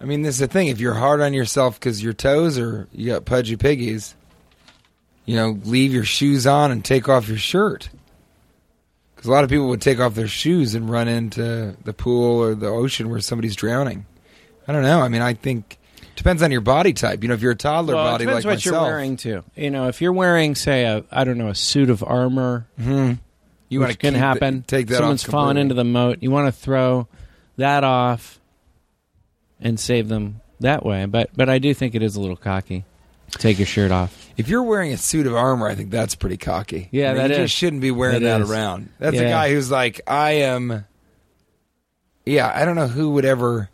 Speaker 6: I mean, this is the thing. If you're hard on yourself because your toes are you got pudgy piggies, you know, leave your shoes on and take off your shirt. Because a lot of people would take off their shoes and run into the pool or the ocean where somebody's drowning. I don't know. I mean, I think depends on your body type. You know, if you're a toddler
Speaker 4: well, it
Speaker 6: body
Speaker 4: depends
Speaker 6: like
Speaker 4: what
Speaker 6: myself,
Speaker 4: you're wearing too. You know, if you're wearing say a I don't know a suit of armor
Speaker 6: Mm-hmm. you
Speaker 4: which
Speaker 6: want to
Speaker 4: can happen.
Speaker 6: take that
Speaker 4: Someone's
Speaker 6: off.
Speaker 4: fallen
Speaker 6: completely.
Speaker 4: into the moat. You want to throw that off and save them that way. But but I do think it is a little cocky. to Take your shirt off.
Speaker 6: If you're wearing a suit of armor, I think that's pretty cocky.
Speaker 4: Yeah,
Speaker 6: I mean,
Speaker 4: that
Speaker 6: you
Speaker 4: is.
Speaker 6: just shouldn't be wearing
Speaker 4: That
Speaker 6: that,
Speaker 4: is.
Speaker 6: around. That's a
Speaker 4: Yeah.
Speaker 6: guy who's like, I am. Yeah, I don't know who would ever,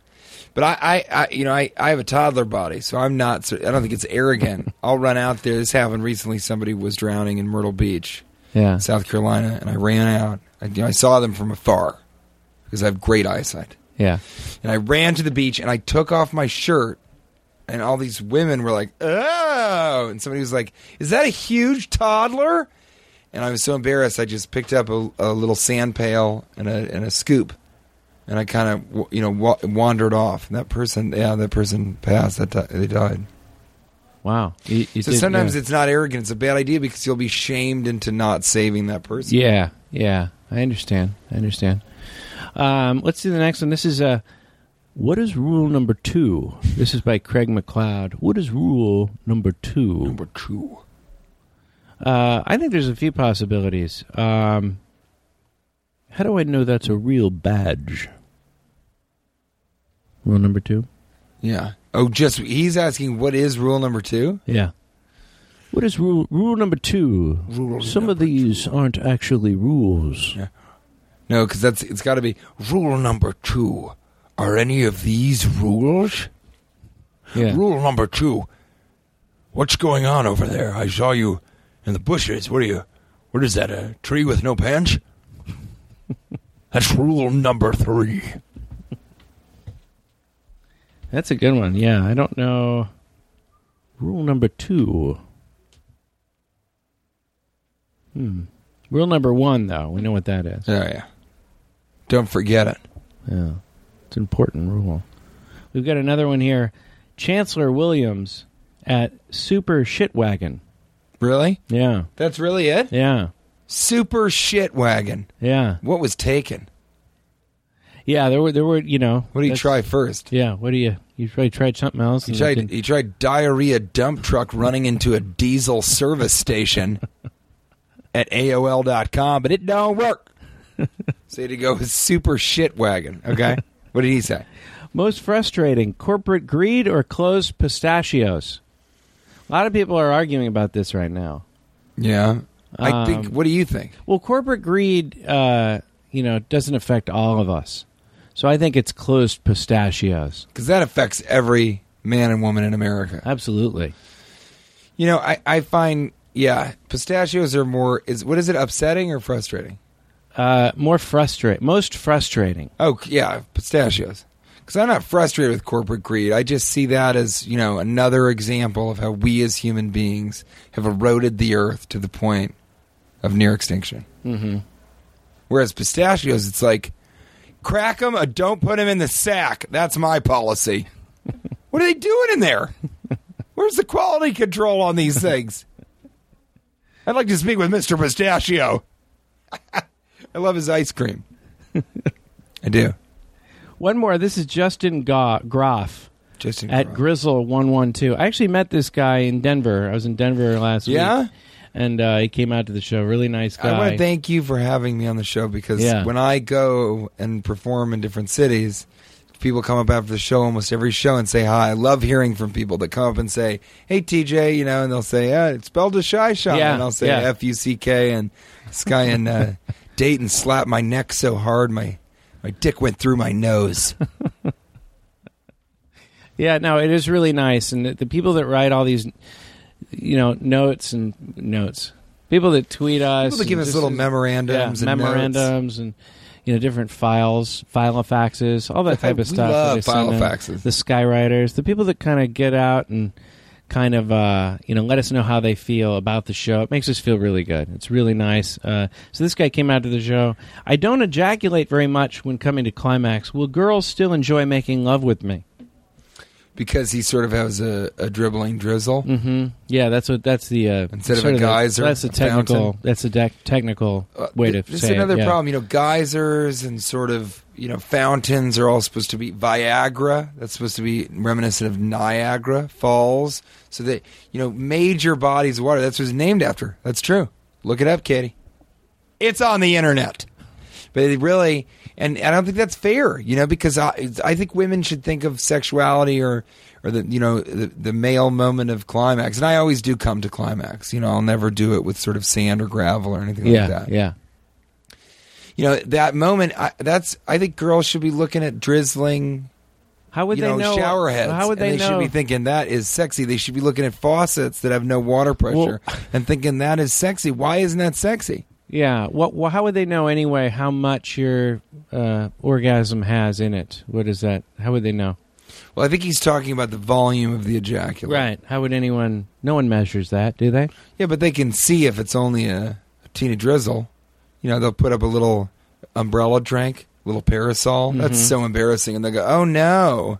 Speaker 6: but I, I, I you know, I, I have a toddler body, so I'm not. I don't think it's
Speaker 4: [laughs]
Speaker 6: arrogant. I'll run out there. This happened recently. Somebody was drowning in Myrtle Beach,
Speaker 4: Yeah.
Speaker 6: South Carolina, and I ran out. I, you know, I saw them from afar because I have great eyesight
Speaker 4: yeah.
Speaker 6: and I ran to the beach and I took off my shirt. And all these women were like, "Oh!" And somebody was like, "Is that a huge toddler?" And I was so embarrassed, I just picked up a, a little sand pail and a and a scoop, and I kind of you know wa- wandered off. And that person, yeah, that person passed. That di- they died.
Speaker 4: Wow. You, you
Speaker 6: So
Speaker 4: did-
Speaker 6: sometimes
Speaker 4: yeah.
Speaker 6: it's not arrogant; it's a bad idea because you'll be shamed into not saving that person.
Speaker 4: Yeah. Yeah. I understand. I understand. Um, let's do the next one. This is uh, what is rule number two? This is by Craig McLeod. What is rule number two?
Speaker 6: Number two.
Speaker 4: Uh, I think there's a few possibilities. Um, how do I know that's a real badge? Rule number two.
Speaker 6: Yeah. Oh, just he's asking what is rule number two.
Speaker 4: Yeah. What is rule rule number two?
Speaker 6: Rule
Speaker 4: Some of
Speaker 6: number
Speaker 4: these aren't actually rules.
Speaker 6: No, because that's it's got to be rule number two. Are any of these rules?
Speaker 4: Yeah.
Speaker 6: Rule number two. What's going on over there? I saw you in the bushes. What are you? What is that? A tree with no [laughs] pants? that's rule number three.
Speaker 4: That's a good one. Yeah, I don't know. Rule number two. Hmm. Rule number one, though, we know what that is.
Speaker 6: Oh yeah. Don't forget it.
Speaker 4: Yeah. It's an important rule. We've got another one here. Chancellor Williams at Super Shitwagon.
Speaker 6: Really?
Speaker 4: Yeah.
Speaker 6: That's really it.
Speaker 4: Yeah.
Speaker 6: Super shit wagon.
Speaker 4: Yeah.
Speaker 6: What was taken?
Speaker 4: Yeah, there were there were, you know.
Speaker 6: What did he
Speaker 4: that's-
Speaker 6: try first?
Speaker 4: Yeah, what do you you probably tried something else?
Speaker 6: He
Speaker 4: and it
Speaker 6: tried,
Speaker 4: didn't-
Speaker 6: he tried diarrhea dump truck running into a diesel service station at AOL.com, but it don't work. So he had to go with super shit wagon. Okay. What did he say?
Speaker 4: Most frustrating, corporate greed or closed pistachios? A lot of people are arguing about this right now.
Speaker 6: Yeah. I think,
Speaker 4: Um,
Speaker 6: what do you think?
Speaker 4: Well, corporate greed uh, you know, doesn't affect all of us. So I think it's closed pistachios.
Speaker 6: Because that affects every man and woman in America.
Speaker 4: Absolutely.
Speaker 6: You know, I, I find, yeah, pistachios are more, is what is it, upsetting or frustrating?
Speaker 4: Uh, more frustrating. Most frustrating.
Speaker 6: Oh, yeah, pistachios. because I'm not frustrated with corporate greed. I just see that as you know another example of how we as human beings have eroded the earth to the point of near extinction. Mm-hmm. Whereas pistachios, it's like crack them or don't put them in the sack. That's my [laughs] policy. what are they doing in there? Where's the quality control on these things? I'd like to speak with Mr. Pistachio. [laughs] I love his ice cream. I do.
Speaker 4: One more. This is Justin Ga- Groff
Speaker 6: Justin
Speaker 4: at
Speaker 6: Crowe.
Speaker 4: Grizzle One One Two. I actually met this guy in Denver. I was in Denver last
Speaker 6: Yeah?
Speaker 4: week. and uh, he came out to the show. Really nice guy.
Speaker 6: I want to thank you for having me on the show because
Speaker 4: Yeah.
Speaker 6: when I go and perform in different cities, people come up after the show almost every show and say hi. I love hearing from people that come up and say, "Hey TJ," you know, and they'll say, "Yeah, it's spelled as shy shot,"
Speaker 4: Yeah,
Speaker 6: and I'll say
Speaker 4: yeah.
Speaker 6: "F U C K," and this guy
Speaker 4: [laughs]
Speaker 6: in uh, Dayton slapped my neck so hard my my dick went through
Speaker 4: [laughs]
Speaker 6: my nose.
Speaker 4: Yeah, no, it is really nice, and the, the people that write all these, you know, notes and notes, people that tweet us,
Speaker 6: People that
Speaker 4: and
Speaker 6: give us
Speaker 4: just-
Speaker 6: little
Speaker 4: yeah,
Speaker 6: memorandums and notes.
Speaker 4: memorandums, and you know, different files, filofaxes,
Speaker 6: [laughs]
Speaker 4: all that type of
Speaker 6: We
Speaker 4: stuff.
Speaker 6: love
Speaker 4: that they send in.
Speaker 6: filofaxes.
Speaker 4: The skywriters, the people that kind of get out and kind of uh, you know let us know how they feel about the show. It makes us feel really good. It's really nice. Uh, so this guy came out to the show. I don't ejaculate very much when coming to climax. Will girls still enjoy making love with me?
Speaker 6: because he sort of has a, a dribbling drizzle.
Speaker 4: Mm-hmm. Yeah, that's what that's the uh,
Speaker 6: Instead of
Speaker 4: sort
Speaker 6: a geyser,
Speaker 4: The, that's the
Speaker 6: a
Speaker 4: technical.
Speaker 6: fountain.
Speaker 4: That's the dec technical
Speaker 6: Uh,
Speaker 4: way to
Speaker 6: th- this
Speaker 4: say
Speaker 6: is another
Speaker 4: it. yeah.
Speaker 6: problem. You know, geysers and sort of you know fountains are all supposed to be Viagra. That's supposed to be reminiscent of Niagara Falls. So that you know, major bodies of water. That's what it's named after. That's true. Look it up, Katie. It's on the internet. But it really, and, and I don't think that's fair, you know, because I, I think women should think of sexuality or, or the, you know, the, the male moment of climax. And I always do come to climax, you know, I'll never do it with sort of sand or gravel or anything
Speaker 4: Yeah,
Speaker 6: like that
Speaker 4: yeah.
Speaker 6: you know that moment I, that's i think girls should be looking at drizzling
Speaker 4: How would
Speaker 6: you
Speaker 4: they
Speaker 6: know,
Speaker 4: know?
Speaker 6: shower heads
Speaker 4: How would
Speaker 6: and
Speaker 4: they,
Speaker 6: they
Speaker 4: know?
Speaker 6: should be thinking that is sexy they should be looking at faucets that have no water pressure and thinking that is sexy why isn't that sexy
Speaker 4: yeah. What? Well, how would they know anyway? How much your uh, orgasm has in it? What is that? How would they know?
Speaker 6: well i think he's talking about the volume of the ejaculate
Speaker 4: Right. How would anyone? No one measures that, do they?
Speaker 6: yeah but they can see if it's only a, a teeny drizzle you know they'll put up a little umbrella drink little parasol that's so embarrassing and they go oh no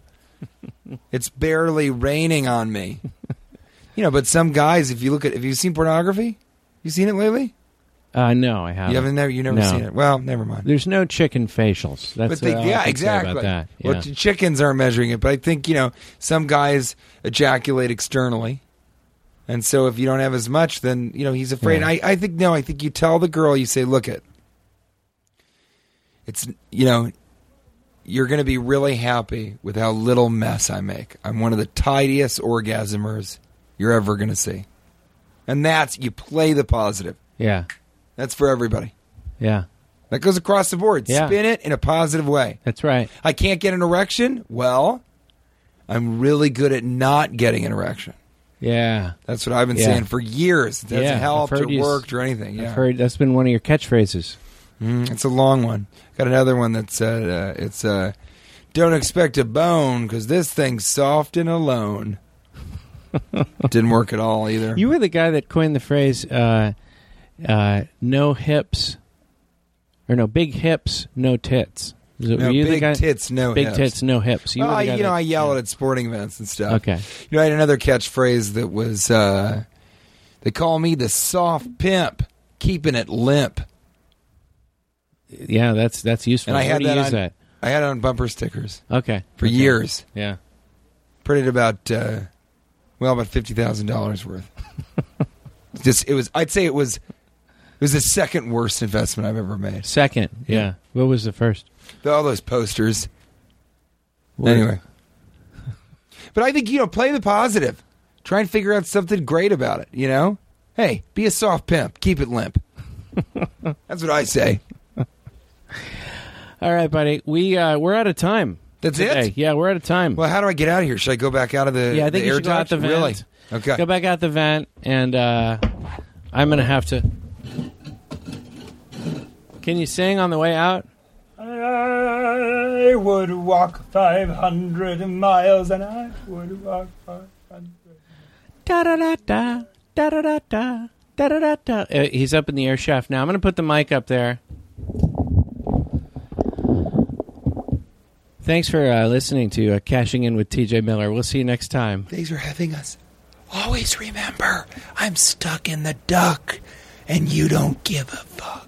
Speaker 6: it's barely raining on me you know but some guys if you look at have you seen pornography you seen it lately
Speaker 4: Uh, no, I haven't.
Speaker 6: you haven't never you never
Speaker 4: No.
Speaker 6: seen it well never mind
Speaker 4: There's no chicken facials. That's
Speaker 6: but they,
Speaker 4: all I
Speaker 6: yeah,
Speaker 4: can say
Speaker 6: exactly.
Speaker 4: About that.
Speaker 6: Well,
Speaker 4: Yeah.
Speaker 6: t- chickens aren't measuring it, but I think you know some guys ejaculate externally, and so if you don't have as much, then you know he's afraid.
Speaker 4: Yeah.
Speaker 6: I, I think no, I think you tell the girl, you say, "Look it, it's you know." You're going to be really happy with how little mess I make. I'm one of the tidiest orgasmers you're ever going to see. And that's, you play the positive.
Speaker 4: yeah.
Speaker 6: That's for everybody.
Speaker 4: Yeah.
Speaker 6: That goes across the board.
Speaker 4: Yeah.
Speaker 6: Spin it in a positive way.
Speaker 4: That's right.
Speaker 6: I can't get an erection? Well, I'm really good at not getting an erection.
Speaker 4: Yeah.
Speaker 6: That's what I've been
Speaker 4: Yeah.
Speaker 6: saying for years. It doesn't
Speaker 4: Yeah, I've
Speaker 6: help or
Speaker 4: heard you s-
Speaker 6: worked or anything. Yeah.
Speaker 4: I've heard that's been one of your catchphrases.
Speaker 6: Mm, it's a long one. Got another one that said, uh, it's, uh, don't expect a bone because this thing's soft and
Speaker 4: [laughs]
Speaker 6: alone. Didn't work at all either.
Speaker 4: You were the guy that coined the phrase uh, uh, "no hips," or no big hips, no tits. Is it-
Speaker 6: no,
Speaker 4: were you the
Speaker 6: big
Speaker 4: guy-
Speaker 6: tits, no
Speaker 4: big
Speaker 6: hips.
Speaker 4: tits, no hips.
Speaker 6: Well,
Speaker 4: were the
Speaker 6: I,
Speaker 4: guy
Speaker 6: you
Speaker 4: that-
Speaker 6: know, I yell it at sporting events and stuff.
Speaker 4: Okay.
Speaker 6: You know, I had another catchphrase that was uh, they call me the soft pimp, keeping it limp.
Speaker 4: yeah, that's that's useful.
Speaker 6: And I
Speaker 4: Where
Speaker 6: had
Speaker 4: do you
Speaker 6: that
Speaker 4: use
Speaker 6: on-
Speaker 4: that.
Speaker 6: I had it on bumper stickers
Speaker 4: Okay,
Speaker 6: for
Speaker 4: Okay.
Speaker 6: years.
Speaker 4: Yeah,
Speaker 6: Printed about uh, well, about fifty thousand dollars
Speaker 4: [laughs]
Speaker 6: worth. Just it was I'd say it was it was the second worst investment I've ever made.
Speaker 4: second. Yeah.
Speaker 6: Yeah.
Speaker 4: What was the first?
Speaker 6: All those posters.
Speaker 4: What-
Speaker 6: Anyway. [laughs] But I think, you know, play the positive. Try and figure out something great about it, you know? Hey, be a soft pimp. Keep
Speaker 4: [laughs]
Speaker 6: it limp. That's what I say.
Speaker 4: All right, buddy. We uh, we're out of time.
Speaker 6: That's it?
Speaker 4: today. Yeah, we're out of time.
Speaker 6: Well, how do I get out of here? Should I go back out of the
Speaker 4: yeah, I think
Speaker 6: the
Speaker 4: you
Speaker 6: air
Speaker 4: should go out
Speaker 6: duct?
Speaker 4: the vent.
Speaker 6: Really? Okay.
Speaker 4: Go back out the vent, and uh, I'm gonna have to. Can you sing on the way out?
Speaker 5: I would walk 500 miles and I would walk 500.
Speaker 4: Da da da da da da da da da da da da. Uh, He's up in the air shaft now. I'm going to put the mic up there. Thanks for uh, listening to uh, Cashing In with TJ Miller. We'll see you next time.
Speaker 6: Thanks for having us. Always remember, I'm stuck in the duck, and you don't give a fuck.